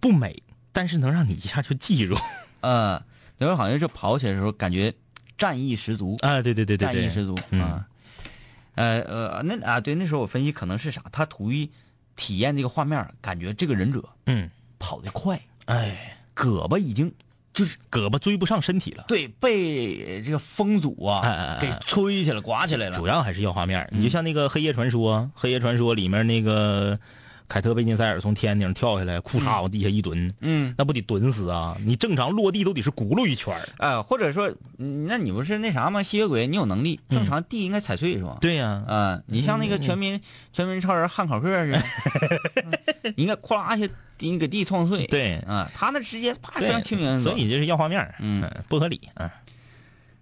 Speaker 10: 不美，但是能让你一下就记住，
Speaker 9: 呃，刘会好像是跑起来的时候感觉战意十足，
Speaker 10: 啊，对对对对
Speaker 9: 战意
Speaker 10: 对，
Speaker 9: 十足
Speaker 10: 嗯
Speaker 9: 啊。呃呃，那啊对，那时候我分析可能是啥，他图一体验这个画面，感觉这个忍者
Speaker 10: 嗯，
Speaker 9: 跑得快，
Speaker 10: 哎，
Speaker 9: 胳膊已经
Speaker 10: 就是胳膊追不上身体了。
Speaker 9: 对被这个风阻
Speaker 10: 哎哎
Speaker 9: 啊
Speaker 10: 哎
Speaker 9: 给吹起来、刮起来了。嗯
Speaker 10: 主要还是要画面儿。你就像那个《黑夜传说》，黑夜传说》里面那个凯特·贝金塞尔从天顶跳下来，裤衩往地下一蹲，
Speaker 9: 嗯，
Speaker 10: 那不得蹲死啊！你正常落地都得是轱辘一圈儿。
Speaker 9: 呃，或者说，嗯那你不是那啥吗？吸血鬼，你有能力，正常地应该踩碎是吧？
Speaker 10: 嗯对呀、嗯
Speaker 9: 啊、你像那个全民、全民超人汉考克似 的，嗯应该咵啦一下，你给地撞碎。
Speaker 10: 对
Speaker 9: 啊、他那直接啪非
Speaker 10: 对
Speaker 9: 常轻盈。
Speaker 10: 所以就是要画面儿，
Speaker 9: 嗯
Speaker 10: 不合理，嗯，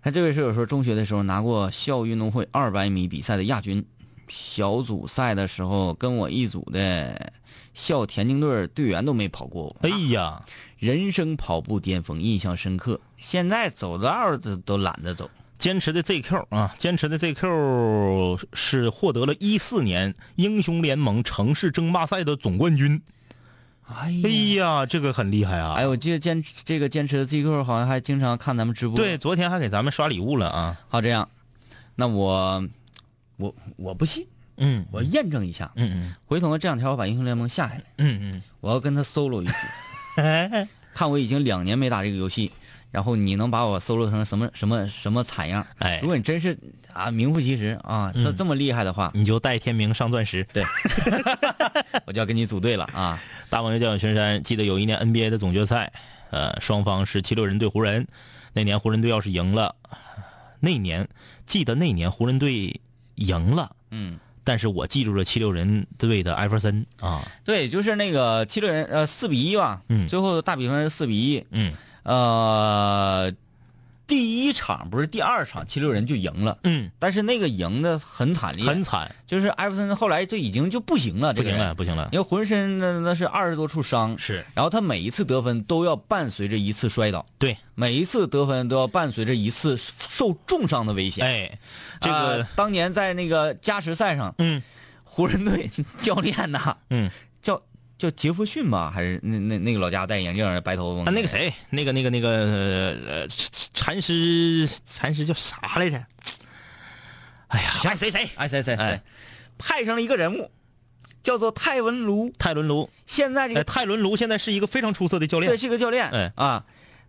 Speaker 9: 他这位室友说，中学的时候拿过校运动会二百米比赛的亚军，小组赛的时候跟我一组的校田径队队员都没跑过我。啊
Speaker 10: 哎呀，
Speaker 9: 人生跑步巅峰，印象深刻。现在走道儿都都懒得走。
Speaker 10: 坚持的 ZQ 啊，坚持的 ZQ 是获得了一四年英雄联盟城市争霸赛的总冠军。
Speaker 9: 哎
Speaker 10: 哎呀，这个很厉害啊！
Speaker 9: 哎，我记得坚持这个坚持的 ZQ 好像还经常看咱们直播。
Speaker 10: 对，，昨天还给咱们刷礼物了啊。
Speaker 9: 好这样，那我我我不信，
Speaker 10: 嗯
Speaker 9: 我验证一下。
Speaker 10: 嗯嗯
Speaker 9: 回头这两天我把英雄联盟下下来，
Speaker 10: 嗯嗯。
Speaker 9: 我要跟他 solo 一 局，看我已经两年没打这个游戏，然后你能把我 solo 成什么什么什么惨样？
Speaker 10: 哎嗯
Speaker 9: 如果你真是啊名副其实啊，这这么厉害的 话，
Speaker 10: 你就带天明上钻石。对，
Speaker 9: 我就要跟你组队了啊！
Speaker 10: 大网友叫小群山，记得有一年 NBA 的总决赛，呃，双方是七六人对湖人，那年湖人队要是赢了，那年记得那年湖人队赢了，
Speaker 9: 嗯，
Speaker 10: 但是我记住了七六人队的艾弗森啊，
Speaker 9: 对，就是那个七六人呃四比一吧，
Speaker 10: 嗯
Speaker 9: 最后大比分是四比一，
Speaker 10: 嗯
Speaker 9: 呃，第一场不是第二场，七六人就赢了。
Speaker 10: 嗯，
Speaker 9: 但是那个赢的很惨烈，
Speaker 10: 很，惨，
Speaker 9: 就是艾弗森后来就已经就不行了，
Speaker 10: 不
Speaker 9: 这个
Speaker 10: 行
Speaker 9: 人
Speaker 10: 了，不行了，
Speaker 9: 因为浑身那那是二十多处伤，
Speaker 10: 是
Speaker 9: 然后他每一次得分都要伴随着一次摔倒，
Speaker 10: 对，
Speaker 9: 每一次得分都要伴随着一次受重伤的危险。
Speaker 10: 哎，这个
Speaker 9: 啊，当年在那个加时赛上，
Speaker 10: 嗯
Speaker 9: 湖人队教练呐，
Speaker 10: 嗯，
Speaker 9: 叫叫杰弗逊吧，还是那那那个老家戴眼镜儿白头发
Speaker 10: 啊，那个谁，那个那个那个呃呃禅师，禅师叫啥来着？哎呀，
Speaker 9: 谁谁谁哎谁谁谁
Speaker 10: 哎，
Speaker 9: 派上了一个人物，叫做泰文卢。
Speaker 10: 泰伦卢，
Speaker 9: 现在这
Speaker 10: 哎，
Speaker 9: 个
Speaker 10: 泰伦卢现在是一个非常出色的教
Speaker 9: 对
Speaker 10: 练，
Speaker 9: 这个教练，
Speaker 10: 哎
Speaker 9: 啊，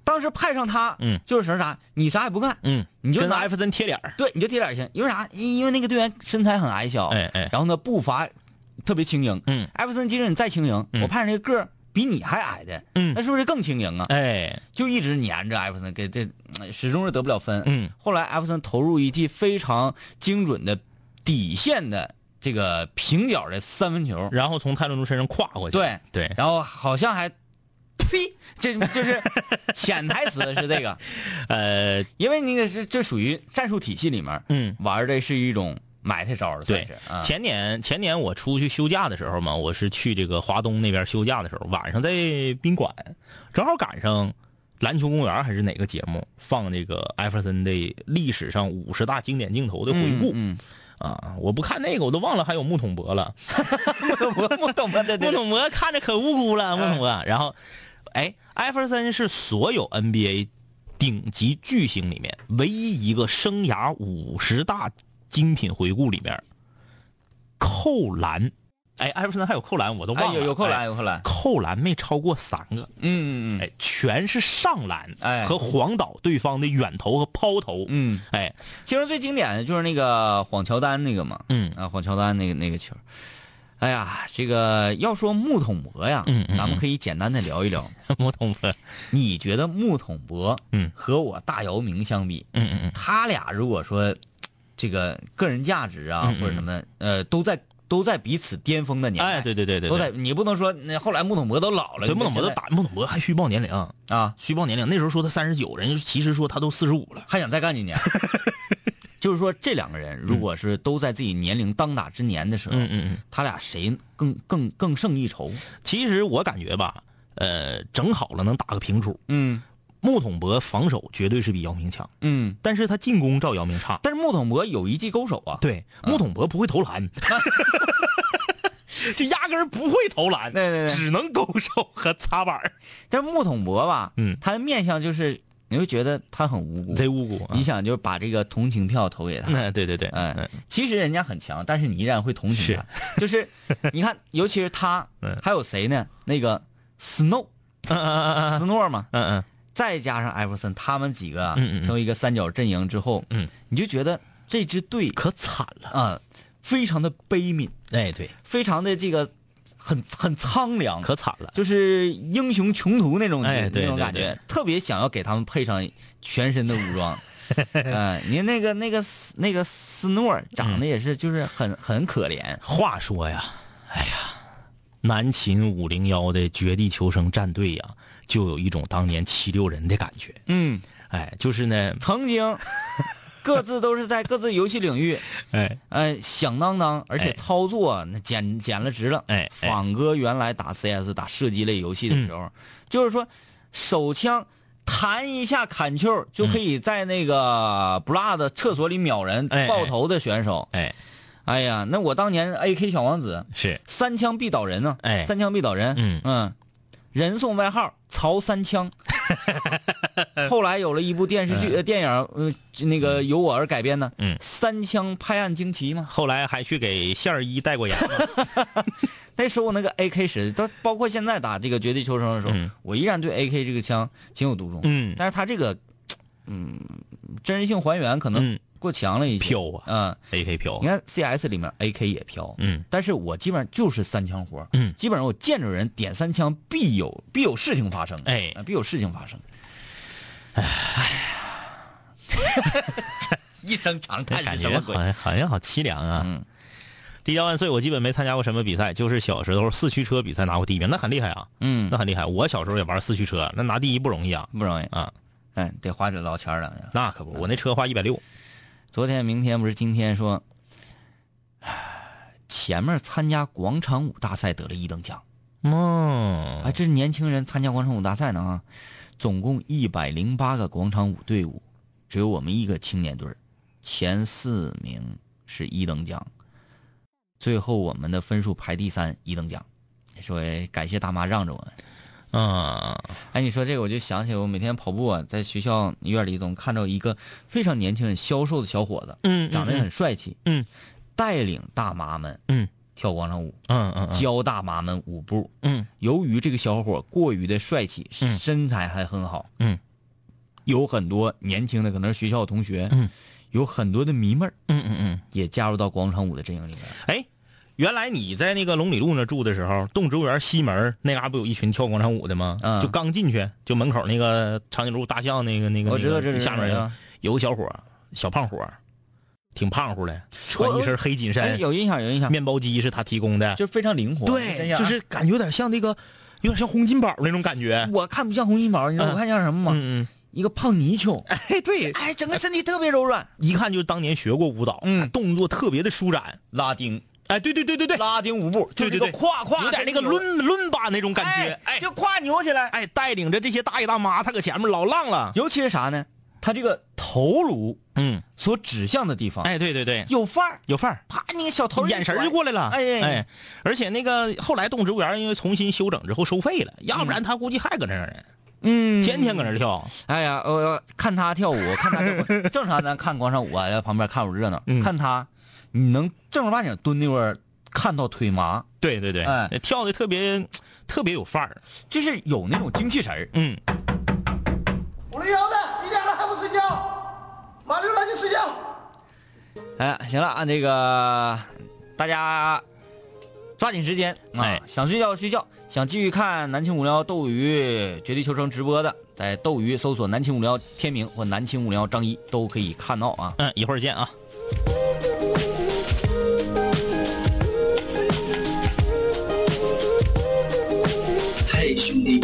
Speaker 9: 当时派上他，
Speaker 10: 嗯
Speaker 9: 就是什么啥，你啥也不干，
Speaker 10: 嗯，
Speaker 9: 你就
Speaker 10: 跟
Speaker 9: 拿
Speaker 10: 艾弗森贴脸儿
Speaker 9: 对，你就贴点去，因为啥？因因为那个队员身材很矮小，
Speaker 10: 哎哎
Speaker 9: 然后呢步伐特别轻盈，
Speaker 10: 嗯
Speaker 9: 艾弗森即使你再轻盈，
Speaker 10: 嗯
Speaker 9: 我派上这个个儿比你还矮的，
Speaker 10: 嗯
Speaker 9: 那是不是更轻盈啊？
Speaker 10: 哎，
Speaker 9: 就一直粘着艾弗森，给这嗯始终是得不了分。
Speaker 10: 嗯，
Speaker 9: 后来艾弗森投入一记非常精准的底线的这个平角的三分球，
Speaker 10: 然后从泰伦卢身上跨过去，
Speaker 9: 对，
Speaker 10: 对，
Speaker 9: 然后好像还，呸，这就是潜台词是这个，
Speaker 10: 呃，
Speaker 9: 因为那个是这属于战术体系里面，
Speaker 10: 嗯，
Speaker 9: 玩的是一种埋汰招了，算
Speaker 10: 对
Speaker 9: 是啊，，
Speaker 10: 前年前年我出去休假的时候嘛，我是去这个华东那边休假的时候，晚上在宾馆，正好赶上篮球公园还是哪个节目放这个艾弗森的历史上五十大经典镜头的回顾、
Speaker 9: 嗯，
Speaker 10: 啊，我不看那个我都忘了还有穆统博了，
Speaker 9: 不懂不不懂不对对
Speaker 10: 穆
Speaker 9: 对，
Speaker 10: 统博看着可无辜了，穆统博，然后，哎，艾弗森是所有 NBA 顶级巨星里面唯一一个生涯五十大精品回顾里面扣篮，哎，艾弗森还有扣篮，我都
Speaker 9: 哎
Speaker 10: 忘了，
Speaker 9: 有有扣篮
Speaker 10: 哎
Speaker 9: 有扣篮，
Speaker 10: 扣篮没超过三个，
Speaker 9: 嗯嗯嗯
Speaker 10: 哎，全是上篮，
Speaker 9: 哎
Speaker 10: 和晃倒对方的远投和抛投，
Speaker 9: 嗯，
Speaker 10: 哎，
Speaker 9: 其实最经典的就是那个晃乔丹那个嘛，
Speaker 10: 嗯
Speaker 9: 啊晃乔丹那个那个球，哎呀，这个要说木桶博呀，
Speaker 10: 嗯嗯
Speaker 9: 咱们可以简单的聊一聊，
Speaker 10: 穆统博，
Speaker 9: 你觉得木桶博，
Speaker 10: 嗯
Speaker 9: 和我大姚明相比，
Speaker 10: 嗯嗯嗯，
Speaker 9: 他俩如果说这个个人价值啊、
Speaker 10: 嗯嗯
Speaker 9: 或者什么，呃，都在都在彼此巅峰的年代，
Speaker 10: 哎，对对对对
Speaker 9: 都
Speaker 10: 对
Speaker 9: 在，。你不能说那后来木桶博都老了，
Speaker 10: 对，
Speaker 9: 你
Speaker 10: 穆
Speaker 9: 这
Speaker 10: 统博都
Speaker 9: 现在
Speaker 10: 打，穆统博还虚报年龄，
Speaker 9: 啊，
Speaker 10: 虚报年龄，那时候说他三十九，人家其实说他都四十五了。
Speaker 9: 还想再干 几年。就是说，这两个人如果是都在自己年龄当打之年的时候，
Speaker 10: 嗯
Speaker 9: 他俩谁更更更胜一筹？
Speaker 10: 嗯，其实我感觉吧，呃，整好了能打个平处。
Speaker 9: 嗯
Speaker 10: 穆统博防守绝对是比姚明强，
Speaker 9: 嗯。
Speaker 10: 但是他进攻照姚明差。
Speaker 9: 但是木桶博有一记勾手啊，，
Speaker 10: 对，穆统博不会投篮， 就压根儿不会投篮，
Speaker 9: 对对对
Speaker 10: 只能勾手和擦板儿
Speaker 9: 但是木桶博吧，
Speaker 10: 嗯
Speaker 9: 他的面相就是你会觉得他很无辜，
Speaker 10: 贼无辜啊。
Speaker 9: 你想就是把这个同情票投给他，
Speaker 10: 嗯，对对对，
Speaker 9: 哎
Speaker 10: 嗯，
Speaker 9: 其实人家很强，但是你依然会同情他。就是你 看，尤其是他
Speaker 10: 嗯，
Speaker 9: 还有谁呢？那个 Snow
Speaker 10: 嗯嗯嗯
Speaker 9: Snow 嘛，
Speaker 10: 嗯嗯
Speaker 9: 再加上艾弗森，他们几个啊
Speaker 10: 嗯嗯嗯
Speaker 9: 成为一个三角阵营之后，
Speaker 10: 嗯，
Speaker 9: 你就觉得这支队
Speaker 10: 可惨了。
Speaker 9: 啊、非常的悲悯，
Speaker 10: 哎，对，
Speaker 9: 非常的这个很很苍凉，
Speaker 10: 可惨了。
Speaker 9: 就是英雄穷途那种、
Speaker 10: 哎对
Speaker 9: 那种
Speaker 10: 对
Speaker 9: 感觉
Speaker 10: 对，
Speaker 9: 特别想要给他们配上全身的武 装。嗯，你那个那个斯那个斯诺尔长得也是，就是很很可怜。
Speaker 10: 话说呀，哎呀，南秦五零幺的绝地求生战队呀，就有一种当年七六人的感觉。
Speaker 9: 嗯，
Speaker 10: 哎，就是呢，
Speaker 9: 曾经各自都是在各自游戏领域，
Speaker 10: 哎，
Speaker 9: 呃，响当当，而且
Speaker 10: 哎
Speaker 9: 操作那简简了直了。
Speaker 10: 哎嗯哎
Speaker 9: 仿哥原来打 CS 打射击类游戏的时候，就是说手枪弹一下砍 Q 就可以在那个 Blood 厕所里秒人
Speaker 10: 嗯哎哎
Speaker 9: 爆头的选手。
Speaker 10: 哎，
Speaker 9: 哎呀，那我当年 AK 小王子
Speaker 10: 是，
Speaker 9: 三枪必倒人呢、啊
Speaker 10: 哎
Speaker 9: 三枪必倒人，
Speaker 10: 嗯
Speaker 9: 人送外号曹三 枪。后来有了一部电视剧、呃电影，呃，那个由我而改编的，
Speaker 10: 嗯
Speaker 9: 三枪拍案惊奇嘛。
Speaker 10: 后来还去给线儿一带 过眼嘛，
Speaker 9: 那时候我那个 AK 十，都包括现在打这个绝地求生的时候，
Speaker 10: 嗯
Speaker 9: 我依然对 AK 这个枪情有独钟。
Speaker 10: 嗯
Speaker 9: 但是它这个，嗯，真实性还原可能
Speaker 10: 嗯
Speaker 9: 过强了一些。
Speaker 10: 飘啊
Speaker 9: 嗯，
Speaker 10: ，AK 飘
Speaker 9: 你，看 CS 里面 AK 也飘，
Speaker 10: 嗯
Speaker 9: 但是我基本上就是三枪活，
Speaker 10: 嗯
Speaker 9: 基本上我见着人点三枪必有必有事情发生，
Speaker 10: 哎
Speaker 9: 啊必有事情发生， 哎呀，一声长叹
Speaker 10: 感
Speaker 9: 是
Speaker 10: 觉
Speaker 9: 什么
Speaker 10: 好
Speaker 9: 鬼？
Speaker 10: 像好像好凄凉啊。
Speaker 9: 嗯
Speaker 10: 地交万岁，我基本没参加过什么比赛，就是小时候四驱车比赛拿过第一名，那很厉害啊，
Speaker 9: 嗯
Speaker 10: 那，很厉害。我小时候也玩四驱车，那拿第一不容易啊。
Speaker 9: 不容易
Speaker 10: 啊。
Speaker 9: 哎，得花点老钱儿了。哎
Speaker 10: 那可不，我那车花一百六，
Speaker 9: 昨天、明天不是今天说，唉前面参加广场舞大赛得了一等奖，
Speaker 10: 嗯，
Speaker 9: 哎，这是年轻人参加广场舞大赛呢啊！总共一百零八个广场舞队伍，只有我们一个青年队儿前四名是一等奖，最后我们的分数排第三，一等奖。说哎感谢大妈让着我们。
Speaker 10: 啊，
Speaker 9: 哎，你说这个我就想起我每天跑步啊，在学校院里总看到一个非常年轻、很消瘦的小伙子，
Speaker 10: 嗯
Speaker 9: 长得也很帅气，
Speaker 10: 嗯，
Speaker 9: 带领大妈们，
Speaker 10: 嗯，
Speaker 9: 跳广场舞，
Speaker 10: 嗯嗯嗯
Speaker 9: 教大妈们舞步。
Speaker 10: 嗯，
Speaker 9: 由于这个小伙过于的帅气，
Speaker 10: 嗯
Speaker 9: 身材还很好，
Speaker 10: 嗯，
Speaker 9: 有很多年轻的可能是学校同学，
Speaker 10: 嗯，
Speaker 9: 有很多的迷妹儿
Speaker 10: 嗯嗯嗯，
Speaker 9: 也加入到广场舞的阵营里面。
Speaker 10: 哎，原来你在那个龙里路那住的时候，动植物园西门那嘎、不有一群跳广场舞的吗？
Speaker 9: 嗯
Speaker 10: 就刚进去，就门口那个长颈鹿大象那个那个，
Speaker 9: 我知道
Speaker 10: 那个
Speaker 9: 这是
Speaker 10: 下面
Speaker 9: 哪个
Speaker 10: 有有个小伙儿，小胖伙儿，挺胖乎的，穿一身黑紧
Speaker 9: 哎，
Speaker 10: 身，
Speaker 9: 有印象，有印象，
Speaker 10: 面包机是他提供的，
Speaker 9: 就是非常灵活。你
Speaker 10: 对，
Speaker 9: 想想啊
Speaker 10: 就是感觉有点像那个，有点像洪金宝那种感觉。
Speaker 9: 我看不像洪金宝，你知道
Speaker 10: 嗯
Speaker 9: 我看像什么吗？
Speaker 10: 嗯嗯，
Speaker 9: 一个胖泥鳅，
Speaker 10: 哎对，哎
Speaker 9: 哎，整个身体特别柔软。
Speaker 10: 一看就当年学过舞蹈，
Speaker 9: 嗯
Speaker 10: 动作特别的舒展。
Speaker 9: 拉丁，
Speaker 10: 哎，对对对对对，
Speaker 9: 拉丁舞步，就
Speaker 10: 对
Speaker 9: 是
Speaker 10: 对
Speaker 9: 一个
Speaker 10: 对
Speaker 9: 跨跨，
Speaker 10: 有点那个
Speaker 9: 抡，
Speaker 10: 伦伦巴那种感觉。哎，
Speaker 9: 就跨扭起来。
Speaker 10: 哎，带领着这些大爷大妈，他搁前面老浪了。
Speaker 9: 尤其是啥呢？他这个头颅
Speaker 10: 嗯，
Speaker 9: 所指向的地方，，
Speaker 10: 哎，对对对，
Speaker 9: 有范儿，
Speaker 10: 有范儿，
Speaker 9: 啪，那个小头一
Speaker 10: 眼神
Speaker 9: 甩
Speaker 10: 就过来了。
Speaker 9: 哎哎哎
Speaker 10: 哎，而且那个后来动植物园因为重新修整之后收费了，要不然他估计还搁那儿呢，
Speaker 9: 嗯，
Speaker 10: 天天搁那儿跳。
Speaker 9: 哎呀，我、要看他跳舞，看他跳舞正常，咱看广场舞啊， 在旁边看会儿热闹，
Speaker 10: 嗯
Speaker 9: 看他，你能正儿八经蹲那块儿看到腿麻，
Speaker 10: 对对对，
Speaker 9: 哎
Speaker 10: 跳的特别特别有范儿。
Speaker 9: 就是有那种精气神儿。
Speaker 10: 嗯，
Speaker 2: 五零幺的，几点了还不睡觉？马六赶紧睡觉。
Speaker 9: 哎，行了啊，这个大家抓紧时间啊，
Speaker 10: 哎
Speaker 9: 想睡觉睡觉，想继续看南青五零幺斗鱼绝地求生直播的，在斗鱼搜索南青五零幺天明或南青五零幺张一都可以看到啊。
Speaker 10: 嗯，一会儿见啊。
Speaker 11: 嘿，兄弟，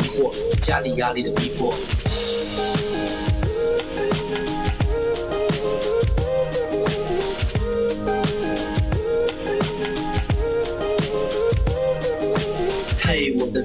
Speaker 11: 惑，家里压力的逼迫。嘿，我的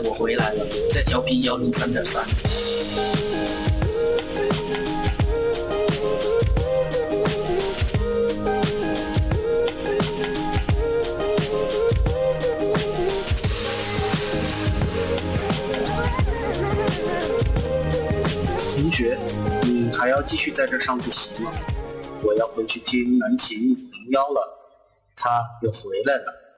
Speaker 11: 我回来了，在调频幺零三点三。同学，你还要继续在这上自习吗？我要回去听南琴零幺了，他又回来了。